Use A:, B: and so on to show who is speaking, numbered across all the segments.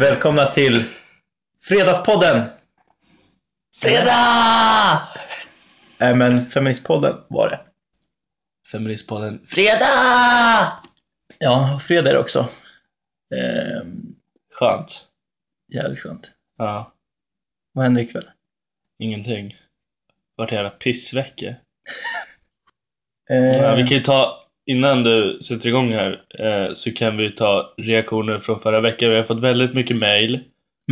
A: Välkomna till Fredagspodden! Fredag! Nej men Feministpodden var det.
B: Feministpodden Fredag!
A: Ja, fredag är det också. Ehm,
B: Skönt.
A: jävligt skönt.
B: Ja,
A: Vad händer ikväll?
B: ingenting. Vart jävla pissvecka.
A: Ehm,
B: Ja, vi kan ju ta, innan du sätter igång här, eh, så kan vi ta reaktioner från förra veckan. Vi har fått väldigt mycket mail,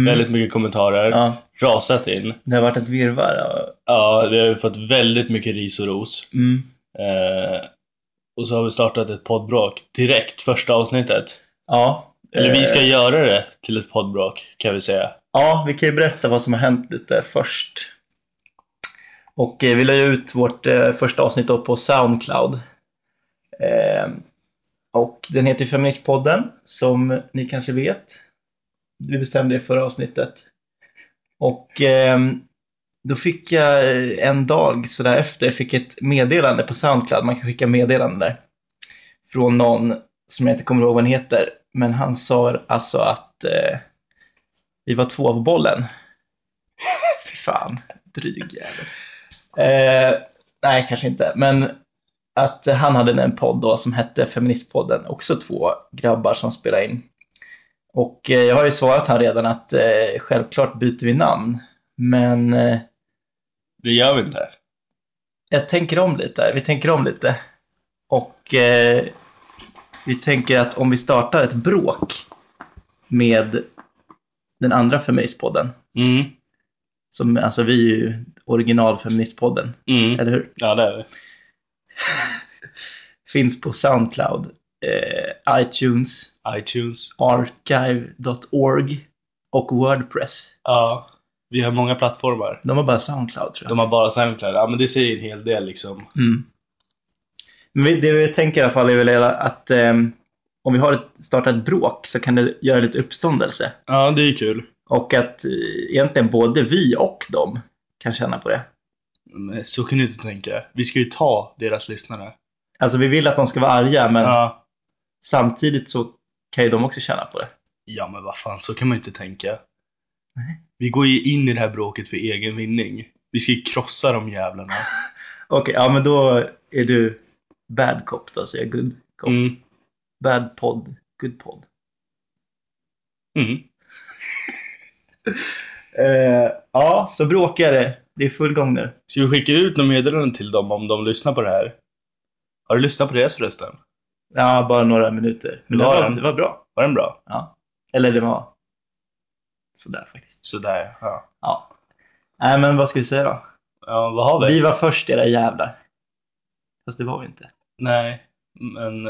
B: väldigt mycket kommentarer,
A: Ehm, mm, ja,
B: rasat in.
A: det har varit ett virrvarr. ja.
B: Ja, vi har ju fått väldigt mycket ris och ros.
A: Mm.
B: Eh, och så har vi startat ett poddbråk direkt, första avsnittet.
A: Ja.
B: Eller vi ska
A: eh,
B: göra det till ett poddbråk, kan vi säga.
A: ja, vi kan ju berätta vad som har hänt lite först. Och eh, vi la ju ut vårt eh, första avsnitt då på Soundcloud. Ehm, och den heter Feministpodden, som ni kanske vet. Vi bestämde det i förra avsnittet. Och ehm, då fick jag eh, en dag sådär efter, fick ett meddelande på Soundcloud, man kan skicka meddelanden där. Från någon som jag inte kommer ihåg vad han heter, men han sa alltså att eh, vi var två på bollen. Fy fan, dryg jävel. Eh, nej, kanske inte, men att han hade en podd då som hette Feministpodden, också två grabbar som spelade in. Och eh, jag har ju svarat han redan att eh, självklart byter vi namn, men eh,
B: Det gör vi inte.
A: jag tänker om lite här. Vi tänker om lite. Och eh, vi tänker att om vi startar ett bråk med den andra feministpodden,
B: Mm.
A: som alltså vi är ju originalfeministpodden,
B: Mm.
A: eller hur?
B: Ja, det är vi.
A: Finns på Soundcloud, eh, iTunes,
B: iTunes.
A: archive.org och Wordpress.
B: Ja. Vi har många plattformar.
A: De har bara Soundcloud tror jag.
B: De har bara Soundcloud. Ja, men det säger en hel del liksom.
A: Mm. Men vi- det vi tänker i alla fall är väl att ehm, om vi har ett, startat ett bråk så kan det göra lite uppståndelse.
B: Ja, det är ju kul.
A: Och att eh, egentligen både vi och de kan känna på det.
B: Men eh, så kan du inte tänka. Vi ska ju ta deras lyssnare.
A: Alltså vi vill att de ska vara arga men
B: Ja.
A: samtidigt så kan ju de också känna på det.
B: Ja, men vad fan, så kan man ju inte tänka. Vi går ju in i det här bråket för egen vinning. Vi ska ju krossa de jävlarna.
A: Okej, ja men då är du bad cop då, så jag är good cop.
B: Mm.
A: Bad pod, good pod.
B: Mm.
A: Eh, ja, så bråkar det. Det är full gång nu.
B: Ska vi skicka ut några meddelanden till dem om de lyssnar på det här? Har du lyssnat på det förresten?
A: Ja, bara några minuter.
B: Hur
A: det,
B: var
A: var,
B: den?
A: det var bra.
B: Var den bra?
A: Ja. Eller det var sådär faktiskt.
B: Sådär, ja.
A: Ja. Nej, men vad ska vi säga då?
B: Ja, vad har vi?
A: Vi var först era jävlar. Fast det var vi inte.
B: Nej, men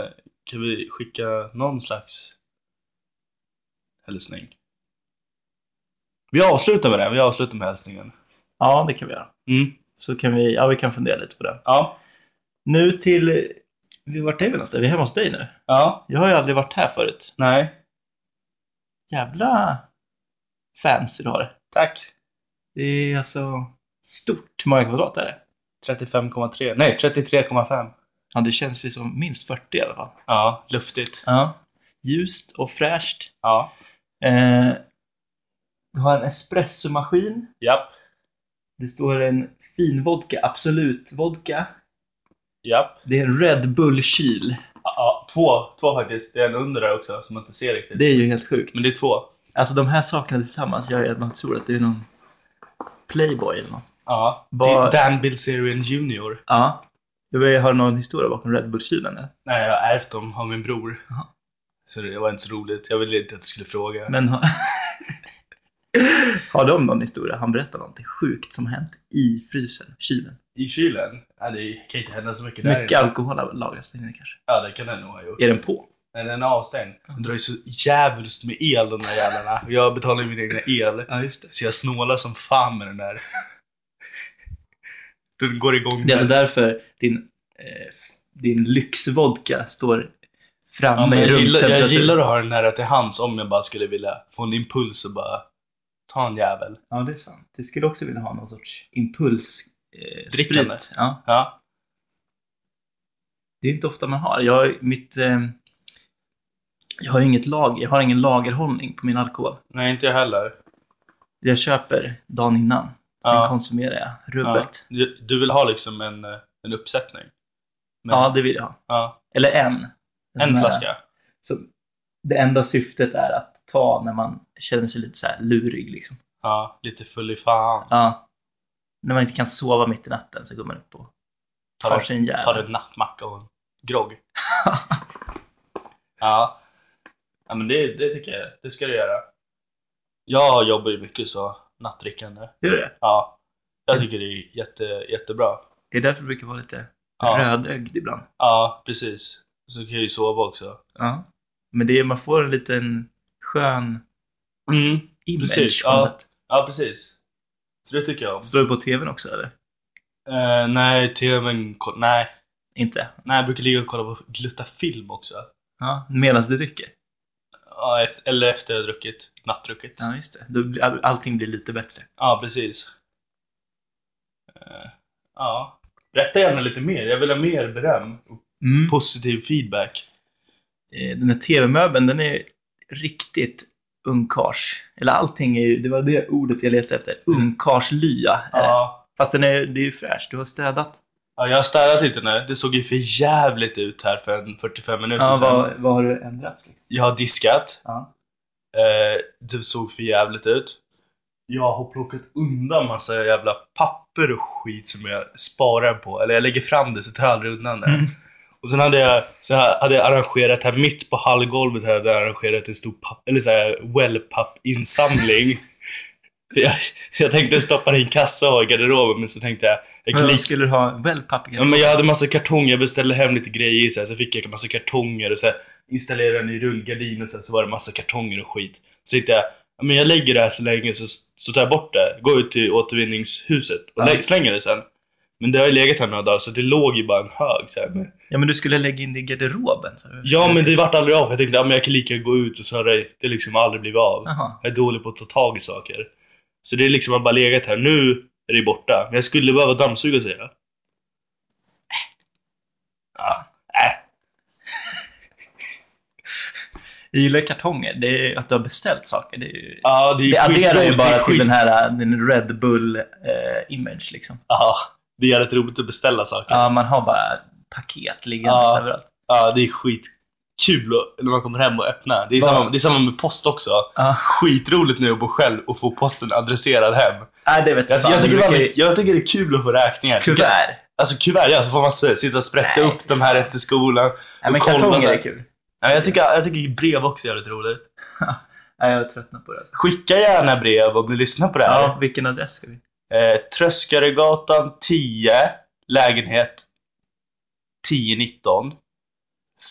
B: kan vi skicka någon slags hälsning? Vi avslutar med det, vi avslutar med hälsningen.
A: Ja, det kan vi göra.
B: Mm.
A: Så kan vi, ja vi kan fundera lite på det.
B: Ja.
A: Nu till, vi- vart är vi någonstans? Vi är hemma hos dig nu.
B: Ja.
A: Jag har ju aldrig varit här förut.
B: Nej.
A: Jävla fancy du har det.
B: Tack.
A: Det är alltså stort. Hur många kvadrat är det?
B: 35,3. Nej, 33,5.
A: Ja, det känns ju som minst 40 i alla fall.
B: Ja, luftigt.
A: Ja. Ljust och fräscht.
B: Ja.
A: Eh, du har en espressomaskin.
B: Japp.
A: Det står en fin vodka, Absolut vodka.
B: Japp.
A: Det är en Red Bull-kyl.
B: Ja, ja, två. Två faktiskt. Det är en under där också som man inte ser riktigt.
A: Det är ju helt sjukt.
B: Men det är två.
A: Alltså de här sakerna tillsammans gör ju att man tror att det är någon Playboy eller något.
B: Ja.
A: Bara-
B: Det är Dan Bilzerian Jr.
A: Ja. Du vet, har du någon historia bakom Red Bull-kylen? eller?
B: Nej, jag har ärvt dem av min bror.
A: Jaha.
B: Så det var inte så roligt. Jag ville inte att du skulle fråga.
A: Men har... har de någon historia? Han berättar någonting sjukt som hänt i frysen, kylen.
B: I kylen? Ja, det kan inte hända så mycket där
A: Mycket
B: inne.
A: alkohol har lagras där inne kanske.
B: Ja, det kan den nog ha gjort.
A: Är den på?
B: Nej, den är avstängd. Den drar ju så djävulskt med el de där jävlarna. Och Jag betalar ju min egna el.
A: Ja, just det.
B: Så jag snålar som fan med den där. Den går igång.
A: Det är alltså därför din, eh, din lyxvodka står framme
B: Ja, men
A: i
B: jag, gillar,
A: rumstemperatur.
B: jag gillar att ha den nära till hands om jag bara skulle vilja få en impuls och bara ta en jävel.
A: Ja, det är sant. Det skulle också vilja ha någon sorts impuls. Eh,
B: Drickande.
A: sprit. Ja,
B: Ja.
A: det är inte ofta man har. Jag, mitt, eh, Jag har ju inget lag, jag har ingen lagerhållning på min alkohol.
B: Nej, inte jag heller.
A: Jag köper dagen innan. Sen
B: Ja.
A: konsumerar jag
B: Ja.
A: rubbet.
B: Du, du vill ha liksom en, eh, en uppsättning?
A: Ja.
B: Men-
A: det vill jag ha.
B: ja.
A: Eller en. Den
B: En
A: här-
B: flaska?
A: Så det enda syftet är att ta när man känner sig lite så här lurig liksom.
B: Ja, lite full i fan.
A: Ja. När man inte kan sova mitt i natten så går man upp och
B: Tar
A: tar
B: en-
A: sig en
B: Tar du
A: jävel.
B: en nattmacka och en grogg? ja. ja, men det, det tycker jag. Det ska du göra. Jag jobbar ju mycket så, nattdrickande.
A: Gör du det?
B: Ja. Jag tycker det är jätte, jättebra.
A: Det är därför du brukar vara lite
B: Ja.
A: rödögd ibland.
B: Ja, precis. Så kan jag ju sova också.
A: Ja. Men det är, man får en liten skön
B: Mm.
A: image.
B: Precis,
A: på
B: ja.
A: något sätt.
B: Ja, precis. Så det tycker jag om.
A: Slår du på tvn också eller?
B: Eh, nej, tvn... ko- Nej.
A: Inte?
B: Nej, jag brukar ligga och kolla på glutta film också.
A: Ja. Medan du dricker?
B: Ja, eft- eller efter jag har druckit. Nattdruckit. Ja,
A: Ja, just det. Då, blir- all- allting blir lite bättre.
B: precis. Eh, ja. Berätta gärna lite mer. Jag vill ha mer beröm.
A: Mm.
B: Positiv feedback.
A: Eh, Den här tv-möbeln, den är riktigt ungkars. Eller allting är ju, det var det ordet jag letade efter. Ungkarslya är det.
B: Mm. Ja.
A: Fast den är, det är ju fräscht, du har städat.
B: ja, jag har städat lite nu. Det såg ju för jävligt ut här för en 45 minuter
A: Ja,
B: sedan.
A: vad, vad har du ändrat? Liksom?
B: Jag har diskat.
A: Ja.
B: Eh, det såg för jävligt ut. Jag har plockat undan massa jävla papper och skit som jag sparar på. Eller jag lägger fram det så tar jag aldrig undan det. Och sen hade jag, så här, hade jag arrangerat här mitt på hallgolvet här, hade jag arrangerat en stor papp, eller så här, wellpapp-insamling. För jag, jag tänkte stoppa det i en kassa i garderoben, men så tänkte jag... jag kan
A: Men
B: lika-
A: skulle du ha
B: Ja,
A: wellpapp
B: men jag hade massa kartonger, jag beställde hem lite grejer så, här, så fick jag massa kartonger och så här, installerade en ny rullgardin och så, här, så var det massa kartonger och skit. Så tänkte jag, ja, men jag lägger det här så länge så, så tar jag bort det. Går ut till återvinningshuset och
A: Ja.
B: lä- slänger det sen. Men det har ju legat här några dagar så det låg ju bara en hög så här, med
A: Ja, men du skulle lägga in det i garderoben. Så.
B: Ja men det vart aldrig av. Jag tänkte ja, men jag kan lika gärna gå ut och så har det, det liksom aldrig blivit av.
A: Jaha.
B: Jag är dålig på att ta tag i saker. Så det är liksom har bara legat här. Nu är det borta. Men jag skulle behöva dammsuga säger jag. Äh. Ja. Äh.
A: Jag gillar kartonger. Det är ju att du har beställt saker. Det, är ju...
B: Ja, det, är
A: det adderar ju
B: skitroligt. Det är
A: bara till
B: skit-
A: den här den Red Bull-image liksom.
B: Ja, det är jävligt roligt att beställa saker. Ja,
A: Ja, man har bara paket liggandes
B: Ja.
A: överallt.
B: det är skitkul att- när man kommer hem och öppnar. Det är,
A: Va?
B: samma, det är samma med post också.
A: Ja.
B: Skitroligt nu att bo själv och få posten adresserad hem.
A: Nej, det vet
B: Jag,
A: fan.
B: jag, tycker,
A: Det brukar
B: det
A: ju-
B: är- jag tycker det är kul att få räkningar.
A: Kuvert.
B: Alltså kuvert, ja. Så får man s- sitta och sprätta
A: Nej.
B: upp de här efter skolan.
A: Nej, men
B: och kolla så
A: kartonger
B: här.
A: är kul.
B: Ja, jag, tycker, jag tycker brev också är jävligt roligt.
A: Nej, jag har tröttnat på det. Alltså.
B: Skicka gärna brev om ni lyssnar på det här.
A: Ja, vilken adress ska vi?
B: Eh, Tröskaregatan 10, lägenhet 1019.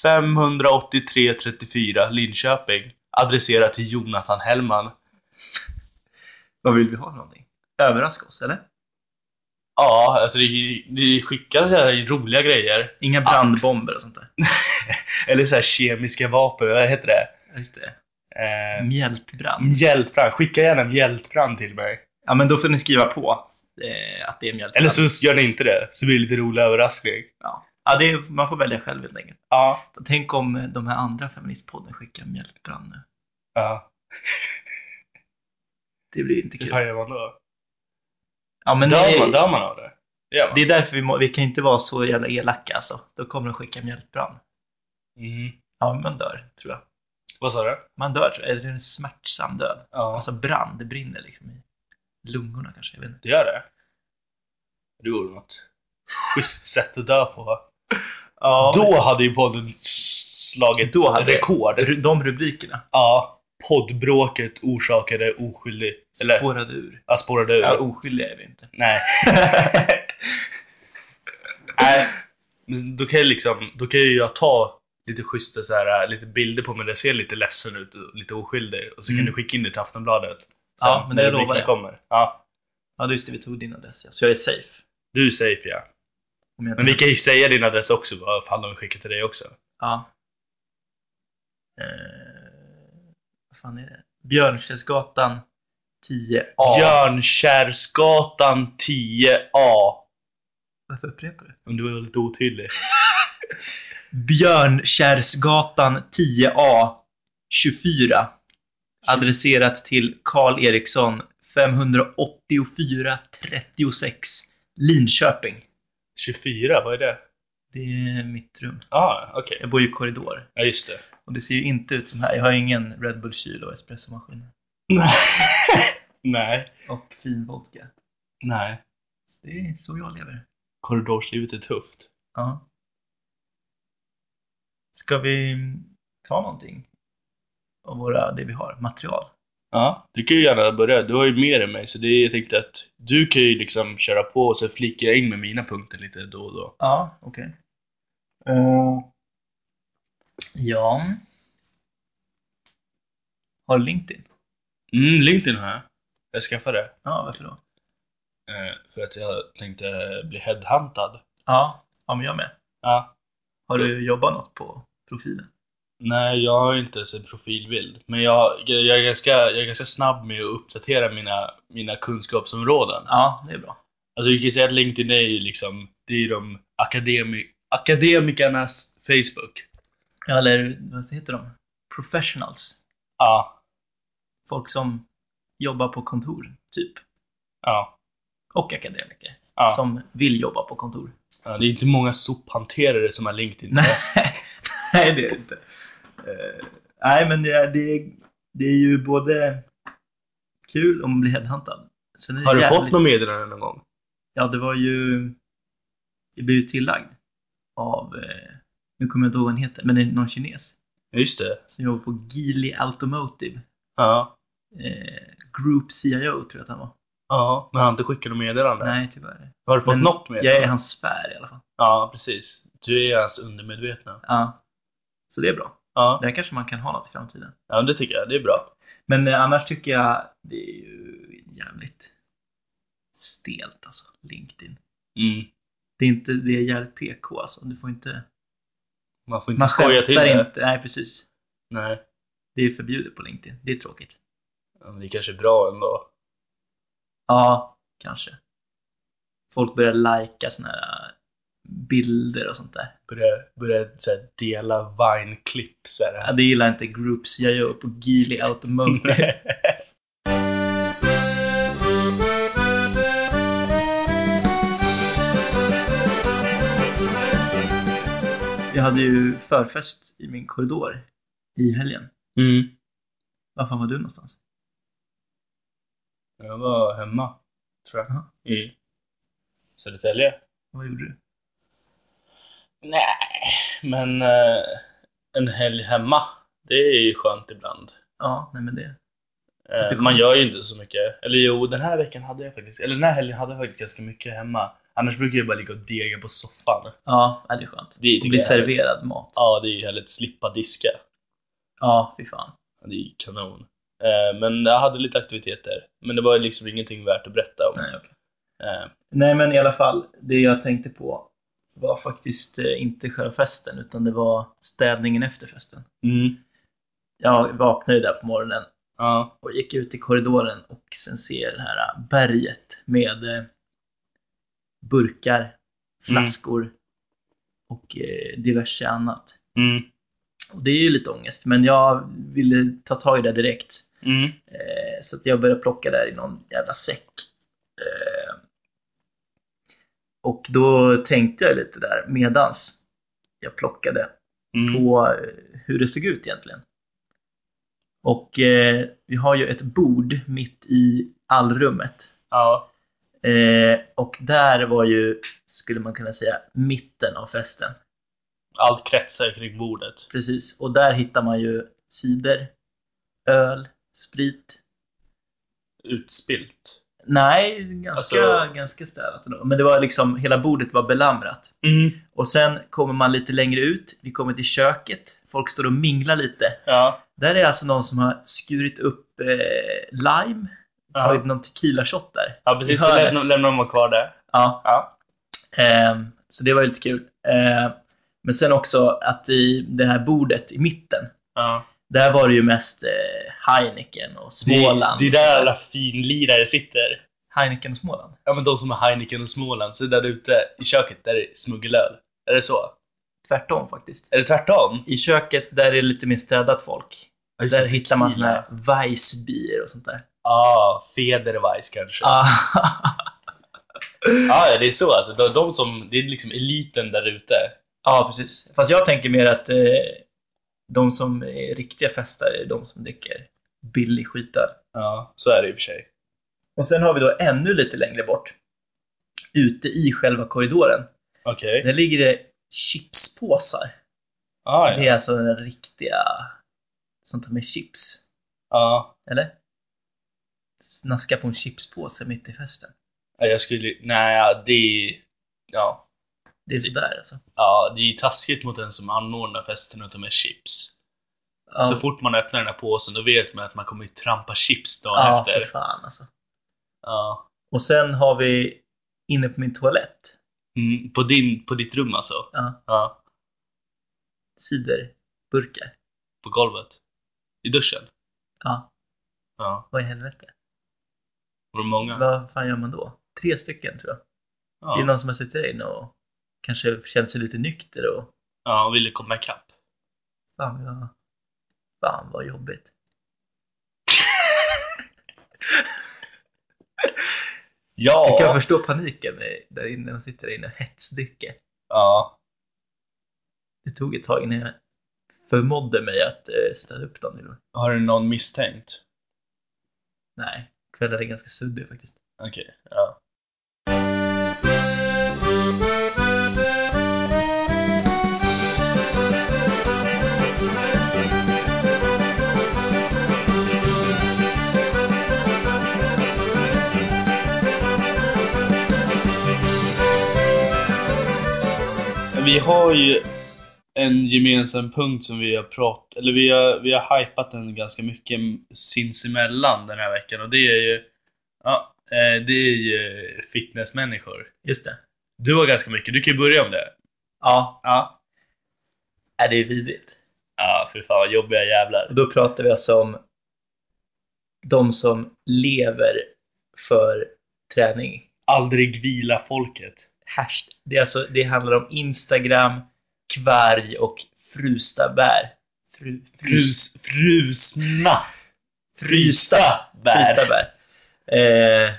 B: 583 34 Linköping. Adresserat till Jonathan Hellman.
A: Vad vill vi ha för någonting? Överraska oss, eller?
B: Ja, alltså det, det skickas så här roliga grejer.
A: Inga brandbomber och sånt där.
B: Eller så här kemiska vapen, vad heter det?
A: Ja, Just det.
B: Eh,
A: Mjältbrand.
B: Mjältbrand. Skicka gärna mjältbrand till mig.
A: Ja, men då får ni skriva på eh, att det är mjältbrand.
B: Eller så gör ni inte det, så blir det lite rolig överraskning.
A: Ja, ja det är, man får välja själv helt enkelt.
B: Ja.
A: Tänk om eh, de här andra feministpodden skickar mjältbrand nu.
B: ja.
A: Det blir ju inte
B: Hur
A: kul.
B: fan gör man då?
A: Ja, men
B: Dör man,
A: nej,
B: dör man av det? Det gör man.
A: det är därför vi, må, vi kan inte vara så jävla elaka alltså. Då kommer de skicka mjältbrand.
B: Mhm.
A: Ja, men man dör, tror jag.
B: Vad sa du?
A: Man dör, tror jag. Eller det är en smärtsam död.
B: Ja.
A: Alltså brand, det brinner liksom i lungorna kanske. Jag vet inte.
B: det gör det? Det vore något schysst sätt att dö på.
A: Ja,
B: Då hade ju podden s- slagit
A: Då hade-
B: rekord.
A: Ru- De rubrikerna
B: Ja. Poddbråket orsakade oskyldig... Eller, Spår...
A: spårade ur.
B: ja, spårade ur.
A: Ja, oskyldiga är vi inte.
B: Nej. Nej. Men då kan, jag liksom, då kan ju jag ta lite schyssta så här, lite bilder på mig där jag ser lite ledsen ut och lite oskyldig. Och så
A: Mm.
B: kan du skicka in det till Aftonbladet. Sen,
A: Ja, men
B: när
A: det
B: rubrikerna
A: lovar jag.
B: kommer. Ja,
A: ja, just det. Vi tog din adress, ja. Så jag är safe.
B: du är safe ja.
A: Om jag
B: Men vi kan ju säga din adress också, vad fan de skickar till dig också.
A: Ja. Eh, vad fan är det? Björnkärrsgatan 10A.
B: Björnkärrsgatan 10A.
A: Varför upprepar du?
B: Om du var lite otydlig.
A: Björnkärrsgatan 10A 24. Adresserat till Karl Eriksson, 584 36 Linköping.
B: 24, vad är det?
A: Det är mitt rum.
B: Ah, okej.
A: Jag bor ju i korridor.
B: Ja, just det.
A: Och det ser ju inte ut som här. Jag har ingen Red Bull-kyl och espressomaskin.
B: Nej.
A: Och fin vodka.
B: Nej.
A: Så Det är så jag lever.
B: Korridorslivet är tufft.
A: Ja. Ska vi ta någonting? Av våra, det vi har, material.
B: Ja. Du kan ju gärna börja. Du har ju mer än mig, så det är, jag tänkte att du kan ju liksom köra på och sen flikar jag in med mina punkter lite då och då.
A: Ja, okej. Eh. ja. Har du LinkedIn?
B: Mm, LinkedIn har jag. Jag skaffade det.
A: Ja, varför då?
B: Eh, för att jag tänkte bli headhuntad.
A: Ja, ja men jag med.
B: Ja.
A: Har du jobbat något på profilen?
B: Nej, jag har inte ens en profilbild. Men jag, jag, jag, är, ganska, jag är ganska snabb med att uppdatera mina, mina kunskapsområden.
A: Ja, det är bra.
B: Alltså vi kan ju säga att LinkedIn är ju liksom, det är ju de akademi, akademikernas Facebook.
A: Ja, eller vad heter de? Professionals.
B: Ja.
A: Folk som jobbar på kontor, typ.
B: Ja.
A: Och akademiker.
B: Ja.
A: Som vill jobba på kontor.
B: ja. Det är inte många sophanterare som har LinkedIn.
A: Nej, nej det är det inte. Eh, nej, men det är, det, är, det är ju både kul om man blir headhuntad. Sen är det
B: Har du
A: jävligt-
B: fått något meddelande någon gång?
A: Ja, det var ju... Det blev ju tillagd av... Eh, nu kommer jag inte ihåg vad han heter, men det är någon kines
B: Ja, Just det.
A: som jobbar på Geely Automotive.
B: Ja.
A: Eh, Group CIO tror jag att han var.
B: Ja. Men har inte skickat något meddelande?
A: Nej, tyvärr.
B: Har du fått
A: Men
B: något
A: Jag
B: meddelande?
A: är hans sfär i alla fall.
B: Ja, precis. Du är hans undermedvetna.
A: Ja. Så det är bra.
B: Ja.
A: Där kanske man kan ha något i framtiden.
B: ja, men det tycker jag. Det är bra.
A: Men eh, annars tycker jag det är ju jävligt stelt alltså, LinkedIn.
B: Mm.
A: Det är, inte, det är jävligt PK alltså. Du får inte...
B: Man får inte
A: Man
B: skoja till
A: skämtar
B: det.
A: inte. Nej, precis.
B: Nej.
A: Det är förbjudet på LinkedIn. Det är tråkigt.
B: Ja, men det är kanske är bra ändå.
A: Ja, kanske. Folk börjar lajka såna här eh, bilder och sånt där.
B: Börja, börja så här, dela Vine-klipp så
A: Ja,
B: här.
A: det gillar inte Groups jag gör på Geely Automotive. jag hade ju förfest i min korridor i helgen.
B: Mm.
A: Var fan var du någonstans?
B: Jag var hemma, tror jag.
A: Jaha.
B: I Södertälje?
A: Vad gjorde du?
B: Nej, men eh, en helg hemma, det är ju skönt ibland.
A: Ja, nej men det.
B: Eh,
A: Lite
B: man
A: skönt.
B: gör ju inte så mycket. Eller jo, den här veckan hade jag faktiskt, eller den här helgen hade jag faktiskt ganska mycket hemma. Annars brukar jag bara ligga och dega på soffan.
A: Ja, nej, det är skönt.
B: Det tycker
A: Bli
B: jag är härligt.
A: serverad mat.
B: Ja, det är ju härligt. Slippa diska.
A: Ja, fy fan.
B: Det är ju kanon. Eh, men jag hade lite aktiviteter. Men det var liksom ingenting värt att berätta om.
A: Nej, okej.
B: Eh,
A: Nej, men i alla fall, det jag tänkte på var faktiskt eh, inte själva festen, utan det var städningen efter festen.
B: mm.
A: Jag vaknade ju där på morgonen
B: Ja.
A: och gick ut i korridoren och sen ser jag det här eh, berget med eh, burkar, flaskor och eh, diverse annat.
B: Mm.
A: Och det är ju lite ångest, men jag ville ta tag i det direkt.
B: Mm.
A: Eh, så att jag började plocka där i någon jävla säck. Eh, och då tänkte jag lite där medans jag plockade
B: Mm.
A: på eh, hur det såg ut egentligen. Och eh, vi har ju ett bord mitt i allrummet.
B: Ja.
A: Eh, och där var ju, skulle man kunna säga, mitten av festen.
B: Allt kretsar kring bordet.
A: Precis, och där hittar man ju cider, öl, sprit.
B: Utspilt.
A: Nej, ganska,
B: Alltså-
A: ganska städat ändå. Men det var liksom, hela bordet var belamrat.
B: Mm.
A: Och sen kommer man lite längre ut, vi kommer till köket, folk står och minglar lite.
B: Ja.
A: Där är alltså någon som har skurit upp eh, lime, tagit
B: Ja,
A: någon tequila-shot där.
B: ja precis.
A: i
B: Så
A: hörnet.
B: lämnar, lämnar man kvar där.
A: Ja,
B: Ja.
A: ehm, så det var ju lite kul. Ehm, men sen också att i det här bordet i mitten,
B: ja.
A: där var det ju mest eh, Heineken och
B: Det,
A: Småland.
B: det är där alla finlirare sitter.
A: Heineken och Småland?
B: Ja men de som är Heineken och Småland, så där ute i köket, där är smuggelöl. Är det så?
A: Tvärtom faktiskt.
B: Är det tvärtom?
A: I köket där är det lite mer städat folk.
B: Ja, just
A: Där
B: det,
A: hittar man såna
B: tequila.
A: här Weissbier och sånt där.
B: Ah, Federweiss kanske.
A: Ah,
B: Ja, det är så alltså. De, de som, det är liksom eliten där ute.
A: ja, precis. Fast jag tänker mer att eh, de som är riktiga festare är de som dricker billig skita.
B: Ja. Så är det i och för sig.
A: Och sen har vi då ännu lite längre bort, ute i själva korridoren,
B: Okej.
A: där ligger det chipspåsar.
B: Ah, ja.
A: Det är alltså den riktiga som tar med chips,
B: ja.
A: eller? Snaska på en chipspåse mitt i festen.
B: Ja, Jag skulle... Nej, det är... Ja.
A: Det är sådär alltså.
B: Ja, det är ju taskigt mot den som anordnar festen och tar med chips.
A: Ja,
B: Så fort man öppnar den här påsen då vet man att man kommer ju trampa chips dagen
A: ja för
B: efter.
A: fan alltså.
B: Ja.
A: Och sen har vi inne på min toalett,
B: Mm, på, din, på ditt rum alltså?
A: ja,
B: Ja.
A: ciderburkar.
B: På golvet? I duschen?
A: Ja,
B: Ja.
A: vad i helvete.
B: Var det många?
A: Vad fan gör man då? Tre stycken tror jag. Det är
B: Ja.
A: någon som har suttit in och kanske känt sig lite nykter och
B: Ja, och ville komma ikapp.
A: fan vad, fan vad jobbigt.
B: Ja.
A: Jag kan förstå paniken eh, där inne, de sitter där inne och hetsdricker.
B: Ja.
A: Det tog ett tag innan jag förmådde mig att eh, ställa upp dem. Till.
B: Har du någon misstänkt?
A: Nej, kvällen är ganska suddig faktiskt.
B: Okej. Ja. Vi har ju en gemensam punkt som vi har pratat, eller vi har, vi har hypat den ganska mycket sinsemellan den här veckan och det är ju Ja, eh, det är ju fitnessmänniskor.
A: Just det.
B: Du har ganska mycket, du kan ju börja om det.
A: Ja,
B: Ja.
A: är det är vidrigt.
B: Ja, för fan vad jobbiga jävlar.
A: Och då pratar vi alltså om de som lever för träning.
B: Aldrig vila folket.
A: Hasht. Det, är alltså, det handlar om Instagram, kvarg och frusta bär. Fru, frus,
B: Frus, frusna.
A: frysta
B: bär.
A: Frysta bär. Eh,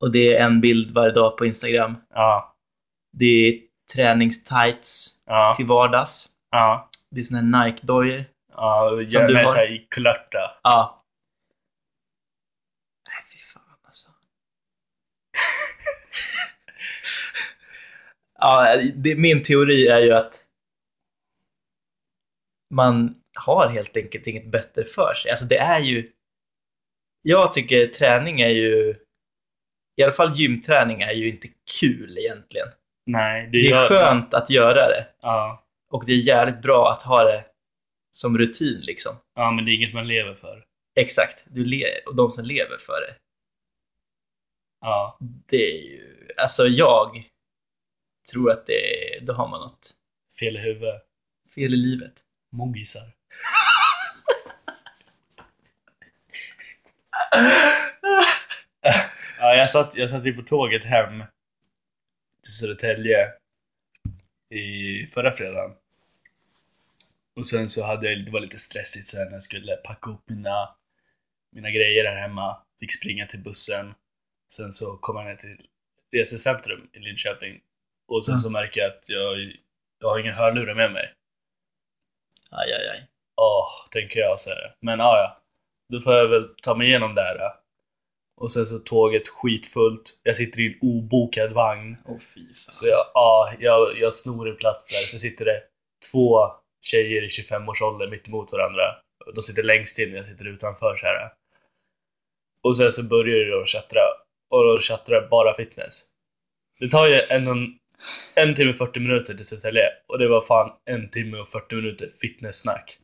A: och det är en bild varje dag på Instagram.
B: Ja,
A: Det är träningstights
B: ja,
A: till vardags.
B: ja.
A: Det är såna här Nike-dojor.
B: Ja,
A: Som du
B: gärna
A: har.
B: såhär i kulörta.
A: Ja. Nej, fy fan alltså. ja, det, min teori är ju att man har helt enkelt inget bättre för sig. Alltså det är ju... Jag tycker träning är ju... I alla fall gymträning är ju inte kul egentligen.
B: Nej, det,
A: Det är
B: gör
A: skönt att göra det.
B: Ja.
A: Och det är jävligt bra att ha det som rutin liksom.
B: ja, men det är inget man lever för.
A: Exakt. Du le- och de som lever för det.
B: Ja.
A: Det är ju... Alltså jag tror att det då har man något
B: Fel i huvudet.
A: fel i livet.
B: Mogisar. ja, jag satt, jag satt ju på tåget hem till Södertälje i förra fredagen. Och sen så hade jag, det var lite stressigt sen när jag skulle packa upp mina, mina grejer här hemma. Fick springa till bussen. Sen så kom jag ner till resecentrum i Linköping. Och sen så märker jag att jag, jag har inga hörlurar med mig.
A: Aj, aj, aj.
B: Åh, tänker jag så här. Men ah, ja, ja. Då får jag väl ta mig igenom det här. ja. Och sen så tåget skitfullt. Jag sitter i en obokad vagn.
A: Åh fy fan.
B: Så jag, ja, jag, jag snor en plats där. Så sitter det två tjejer i 25-årsåldern mitt emot varandra. De sitter längst in och jag sitter utanför så här. Och sen så börjar de tjattra. Och de tjattrar bara fitness. Det tar ju en, en, en timme och 40 minuter till Södertälje. Och det var fan en timme och 40 minuter fitnesssnack.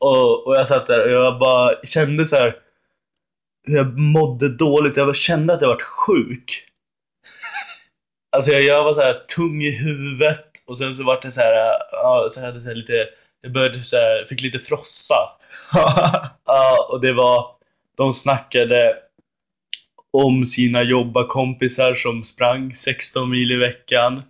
B: Och, och jag satt där och jag bara kände så här. hur Jag mådde dåligt. Jag bara kände att jag varit sjuk. Alltså jag, jag var så här tung i huvudet och sen så vart det så här, ja, så jag hade så här lite, jag började så här, fick lite frossa. Ja, och det var, de snackade om sina jobbakompisar som sprang 16 mil i veckan.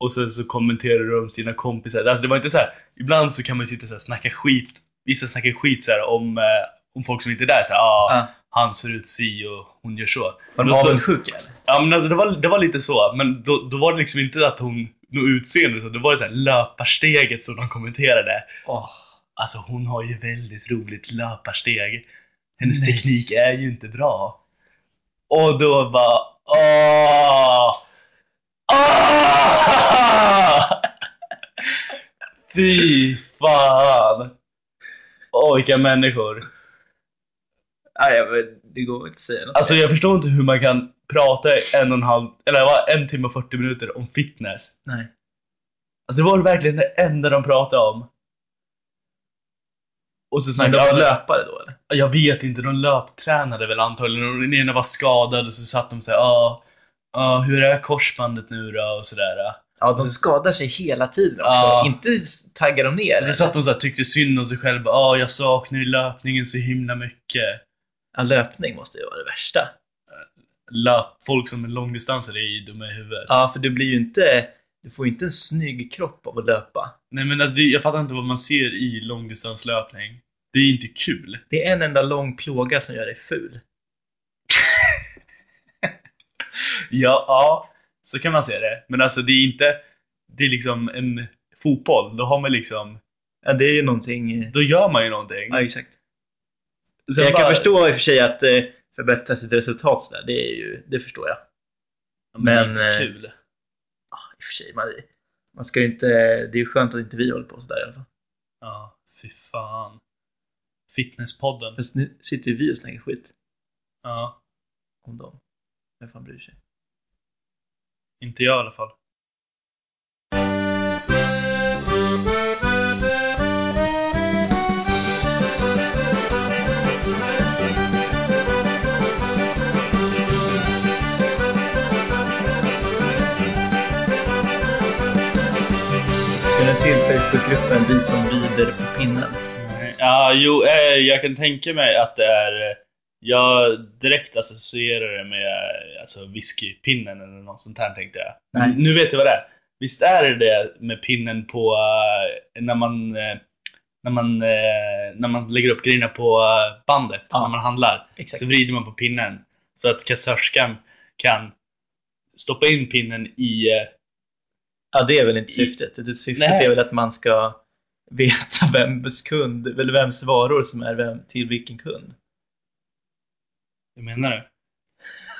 B: Och sen så kommenterade de om sina kompisar. Alltså det var inte så här, ibland så kan man ju sitta och så här, snacka skit vissa snackar skit så här, om, eh, om folk som inte är där. Så här, ah,
A: Ja.
B: Han ser ut si och hon gör så.
A: Var de
B: Då- då-
A: avundsjuka eller?
B: Ja, men alltså, det, var, det var lite så. Men då, då var det liksom inte att hon någ utseende, utan det var det så här löparsteget som de kommenterade. Alltså hon har ju väldigt roligt löparsteg. Hennes
A: Nej.
B: teknik är ju inte bra. Och då bara... Åh! Åh! Fy fan! Åh, vilka människor.
A: Nej, jag vet, det går inte att säga något.
B: Alltså jag förstår inte hur man kan prata i en och en halv, eller vad, en timme och 40 minuter om fitness.
A: Nej.
B: Alltså det var verkligen det enda de pratade om. Och så
A: Men
B: snackade
A: de var
B: de-
A: löpare då eller?
B: Jag vet inte, de löptränade väl antagligen. Och Den ena var skadad och så satt de såhär, ja, ja, hur är korsbandet nu då? Och ah. sådär.
A: Ja, de skadar sig hela tiden också.
B: Ja.
A: Inte taggar de ner.
B: Så satt de såhär, tyckte synd om sig själva. Ja, jag saknar ju löpningen så himla mycket.
A: Ja, löpning måste ju vara det värsta.
B: Löp, folk som är långdistansare är ju dumma i huvudet.
A: Ja, för du blir ju inte... Du får ju inte en snygg kropp av att löpa.
B: Nej men alltså, det- jag fattar inte vad man ser i långdistanslöpning. Det är inte kul.
A: Det är en enda lång plåga som gör dig ful.
B: Ja, ja, så kan man se det. Men alltså det är inte, det är liksom en fotboll. Då har man liksom,
A: Ja, det är ju någonting... eh,
B: då gör man ju någonting.
A: Ja, exakt.
B: Sen
A: jag kan
B: bara-
A: förstå i och för sig att eh, förbättra sitt resultat sådär, det, är ju, det förstår jag.
B: Men,
A: Men, eh,
B: kul.
A: I och för sig, man, man ska ju inte... Det är ju skönt att inte vi håller på sådär i alla fall.
B: Ja, fy fan. Fitnesspodden.
A: Fast nu sitter ju vi och snackar skit
B: Ja,
A: om dem. Vem fan bryr sig?
B: inte jag i alla fall.
A: Känner du till Facebookgruppen Vi som rider på pinnen?
B: Nej. Ja, jo, eh, jag kan tänka mig att det är... eh, Jag direkt associerar det med eh, alltså, whiskypinnen eller något sånt här tänkte jag.
A: Nej.
B: Men Nu vet jag vad det är. Visst är det det med pinnen på eh, när man... eh, När man, eh, när man lägger upp grejerna på eh, bandet,
A: Ja.
B: när man handlar.
A: Exakt.
B: Så vrider man på pinnen. Så att kassörskan kan stoppa in pinnen i... eh,
A: Ja, det är väl inte syftet. Det- Syftet
B: Nej.
A: är väl att man ska veta vems kund, eller vems varor som är vem till vilken kund.
B: Jag menar det.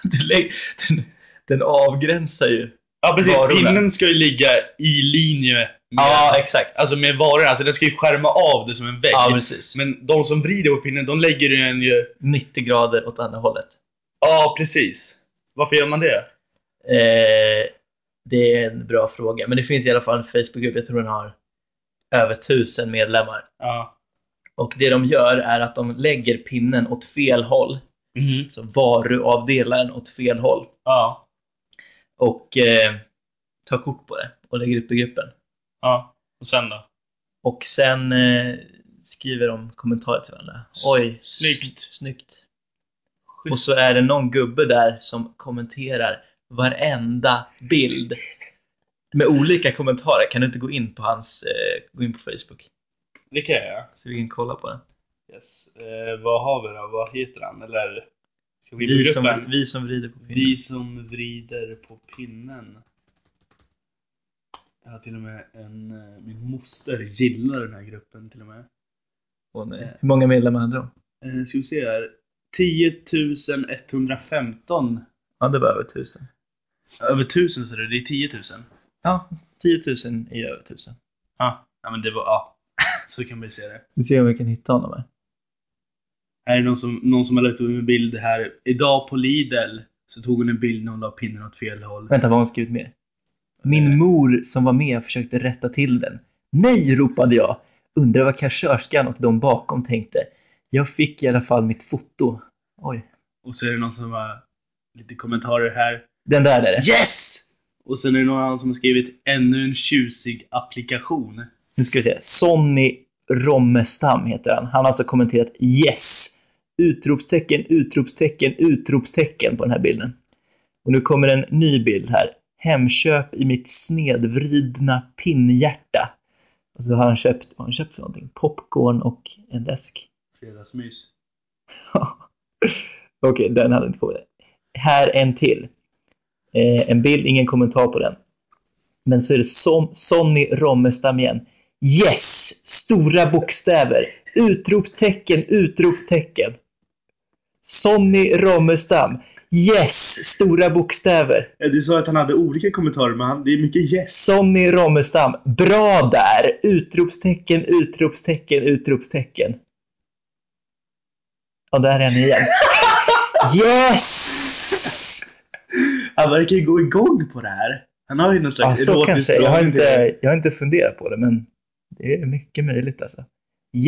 A: Du lä- den, den avgränsar ju.
B: Ja, precis.
A: Varorna.
B: Pinnen ska ju ligga i linje med...
A: exakt.
B: Alltså med varorna, alltså den ska ju skärma av det som en vägg.
A: Ja, precis.
B: men de som vrider på pinnen, de lägger den ju...
A: 90 grader åt andra hållet.
B: Ja, precis. Varför gör man det?
A: Eh, det är en bra fråga, men det finns i alla fall en Facebookgrupp, jag tror den har över tusen medlemmar.
B: Ja.
A: Och det de gör är att de lägger pinnen åt fel håll,
B: Mhm.
A: så varuavdelaren åt fel håll,
B: Ja.
A: och eh, tar kort på det och lägger upp i gruppen.
B: Ja. Och sen då?
A: Och sen eh, skriver de kommentarer till varandra. Oj,
B: snyggt.
A: sn- snyggt. Och så är det någon gubbe där som kommenterar varenda bild. Med olika kommentarer. Kan du inte gå in på hans, eh, gå in på Facebook?
B: Det kan jag göra.
A: Så vi kan kolla på den.
B: Yes. Eh, vad har vi då? Vad heter han? Eller? Ska vi
A: Vi
B: på
A: som,
B: gruppen?
A: vi som vrider på pinnen.
B: Vi som vrider på pinnen. Jag har till och med en... eh, Min moster gillar den här gruppen till och med.
A: Och, nej. Hur många medlemmar hade de?
B: Eh, ska vi se här. 10 115
A: Ja, det var över tusen.
B: Över tusen så det, det är 10 000.
A: Ja, 10 000 är över tusen.
B: Ja. Ah, ja, men det var, ja. Så kan vi se det.
A: Vi ser om vi kan hitta honom här.
B: Här är någon som, någon som har lagt upp en bild här. Idag på Lidl så tog hon en bild när hon la pinnen åt fel håll.
A: Vänta, vad har hon skrivit mer? Min mor som var med försökte rätta till den. Nej, ropade jag. Undrar vad kassörskan och de bakom tänkte. Jag fick i alla fall mitt foto. Oj.
B: Och så är det någon som har lite kommentarer här.
A: Den där är det.
B: Yes! Och sen är det någon annan som har skrivit ännu en tjusig applikation.
A: Nu ska vi se. Sonny Rommestam heter han. Han har alltså kommenterat yes! Utropstecken, utropstecken, utropstecken på den här bilden. Och nu kommer en ny bild här. Hemköp i mitt snedvridna pinnhjärta. Och så har han köpt, vad har han köpt för någonting? Popcorn och en läsk.
B: Fredagsmys.
A: Okej, den hade inte kommit. Här en till. Eh, en bild, ingen kommentar på den. Men så är det som, Sonny Rommestam igen. Yes! Stora bokstäver. Utropstecken, utropstecken. Sonny Rommestam. Yes! Stora bokstäver.
B: Du sa att han hade olika kommentarer, men han- det är mycket yes.
A: Sonny Rommestam. Bra där! Utropstecken, utropstecken, utropstecken. Ja, där är han igen. Yes!
B: Han verkar ju gå igång på det här. Han har ju någon
A: Ja,
B: slags
A: så kanske. Jag har,
B: dragning till det.
A: inte, jag har inte funderat på det, men det är mycket möjligt alltså.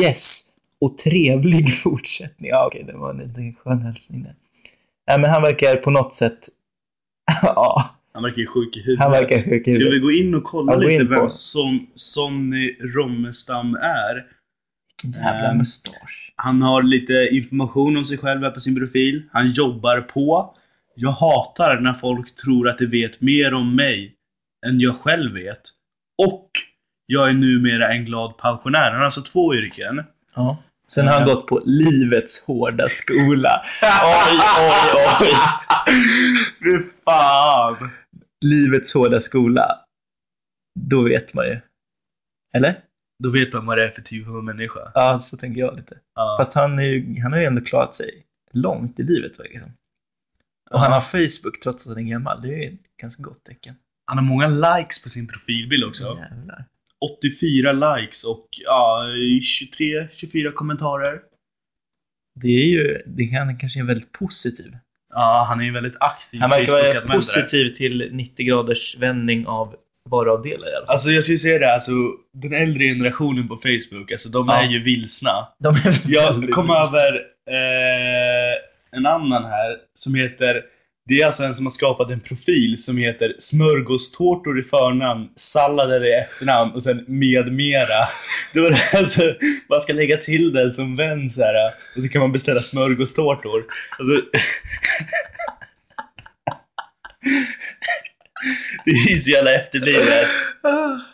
A: Yes! Och trevlig fortsättning. Ja, okej, det var en, liten skön hälsning där. Ja, men han verkar på något sätt... ja,
B: Han verkar ju sjuk i huvudet.
A: han verkar sjuk i
B: Ska vi
A: huvudet.
B: gå in och kolla
A: Ja, gå
B: lite
A: in på.
B: vem som Sonny Rommestam är?
A: Jävla
B: Ehm,
A: mustasch.
B: Han har lite information om sig själv här på sin profil. Han jobbar på. Jag hatar när folk tror att de vet mer om mig än jag själv vet. Och jag är numera en glad pensionär. Han har alltså två yrken.
A: Ja. Sen har han gått på livets hårda skola. Oj, oj, oj.
B: Fy fan!
A: Livets hårda skola. Då vet man ju. Eller?
B: Då vet man vad det är för typ av människa.
A: Ja, så tänker jag lite.
B: Ja.
A: Fast han, är ju, han har ju ändå klarat sig långt i livet, verkar det som. Och han har Facebook trots att han är gammal. Det är ju ett ganska gott tecken.
B: Han har många likes på sin profilbild också.
A: Jävlar.
B: 84 likes och ja, 23-24 kommentarer.
A: Det är ju, det kan, han kanske är väldigt positiv.
B: Ja, han är ju väldigt aktiv
A: Han verkar vara
B: Facebook-användare.
A: positiv till 90 graders vändning av varuavdelar i alla fall.
B: Alltså jag skulle säga det, alltså den äldre generationen på Facebook, alltså de
A: Ja.
B: är ju vilsna.
A: De är
B: Jag
A: väldigt-
B: kom över eh, en annan här som heter det är alltså en som har skapat en profil som heter smörgåstårtor i förnamn, sallader i efternamn och sen med mera. Det var det alltså, man ska lägga till den som vän så här, och så kan man beställa smörgåstårtor. Alltså, det är ju så jävla efterblivet.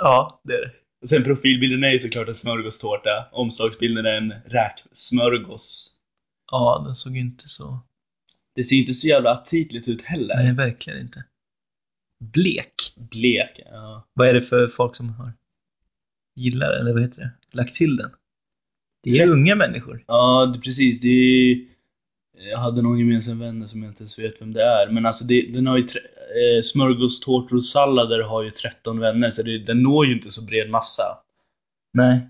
A: Ja, det är det.
B: Och sen profilbilden är ju såklart en smörgåstårta. Omslagsbilden är en räksmörgås.
A: Ja, den såg ju inte så...
B: Det ser ju inte så jävla aptitligt ut heller.
A: Nej, verkligen inte. Blek.
B: Blek. Ja.
A: Vad är det för folk som har gillar eller vad heter det? Lagt till den? Det är unga människor.
B: ja, det, precis. Det är, jag hade någon gemensam vän som jag inte ens vet vem det är. Men alltså, det, den har ju... tre- Eh, smörgåstårtor och sallader har ju 13 vänner, så det, den når ju inte så bred massa.
A: Nej.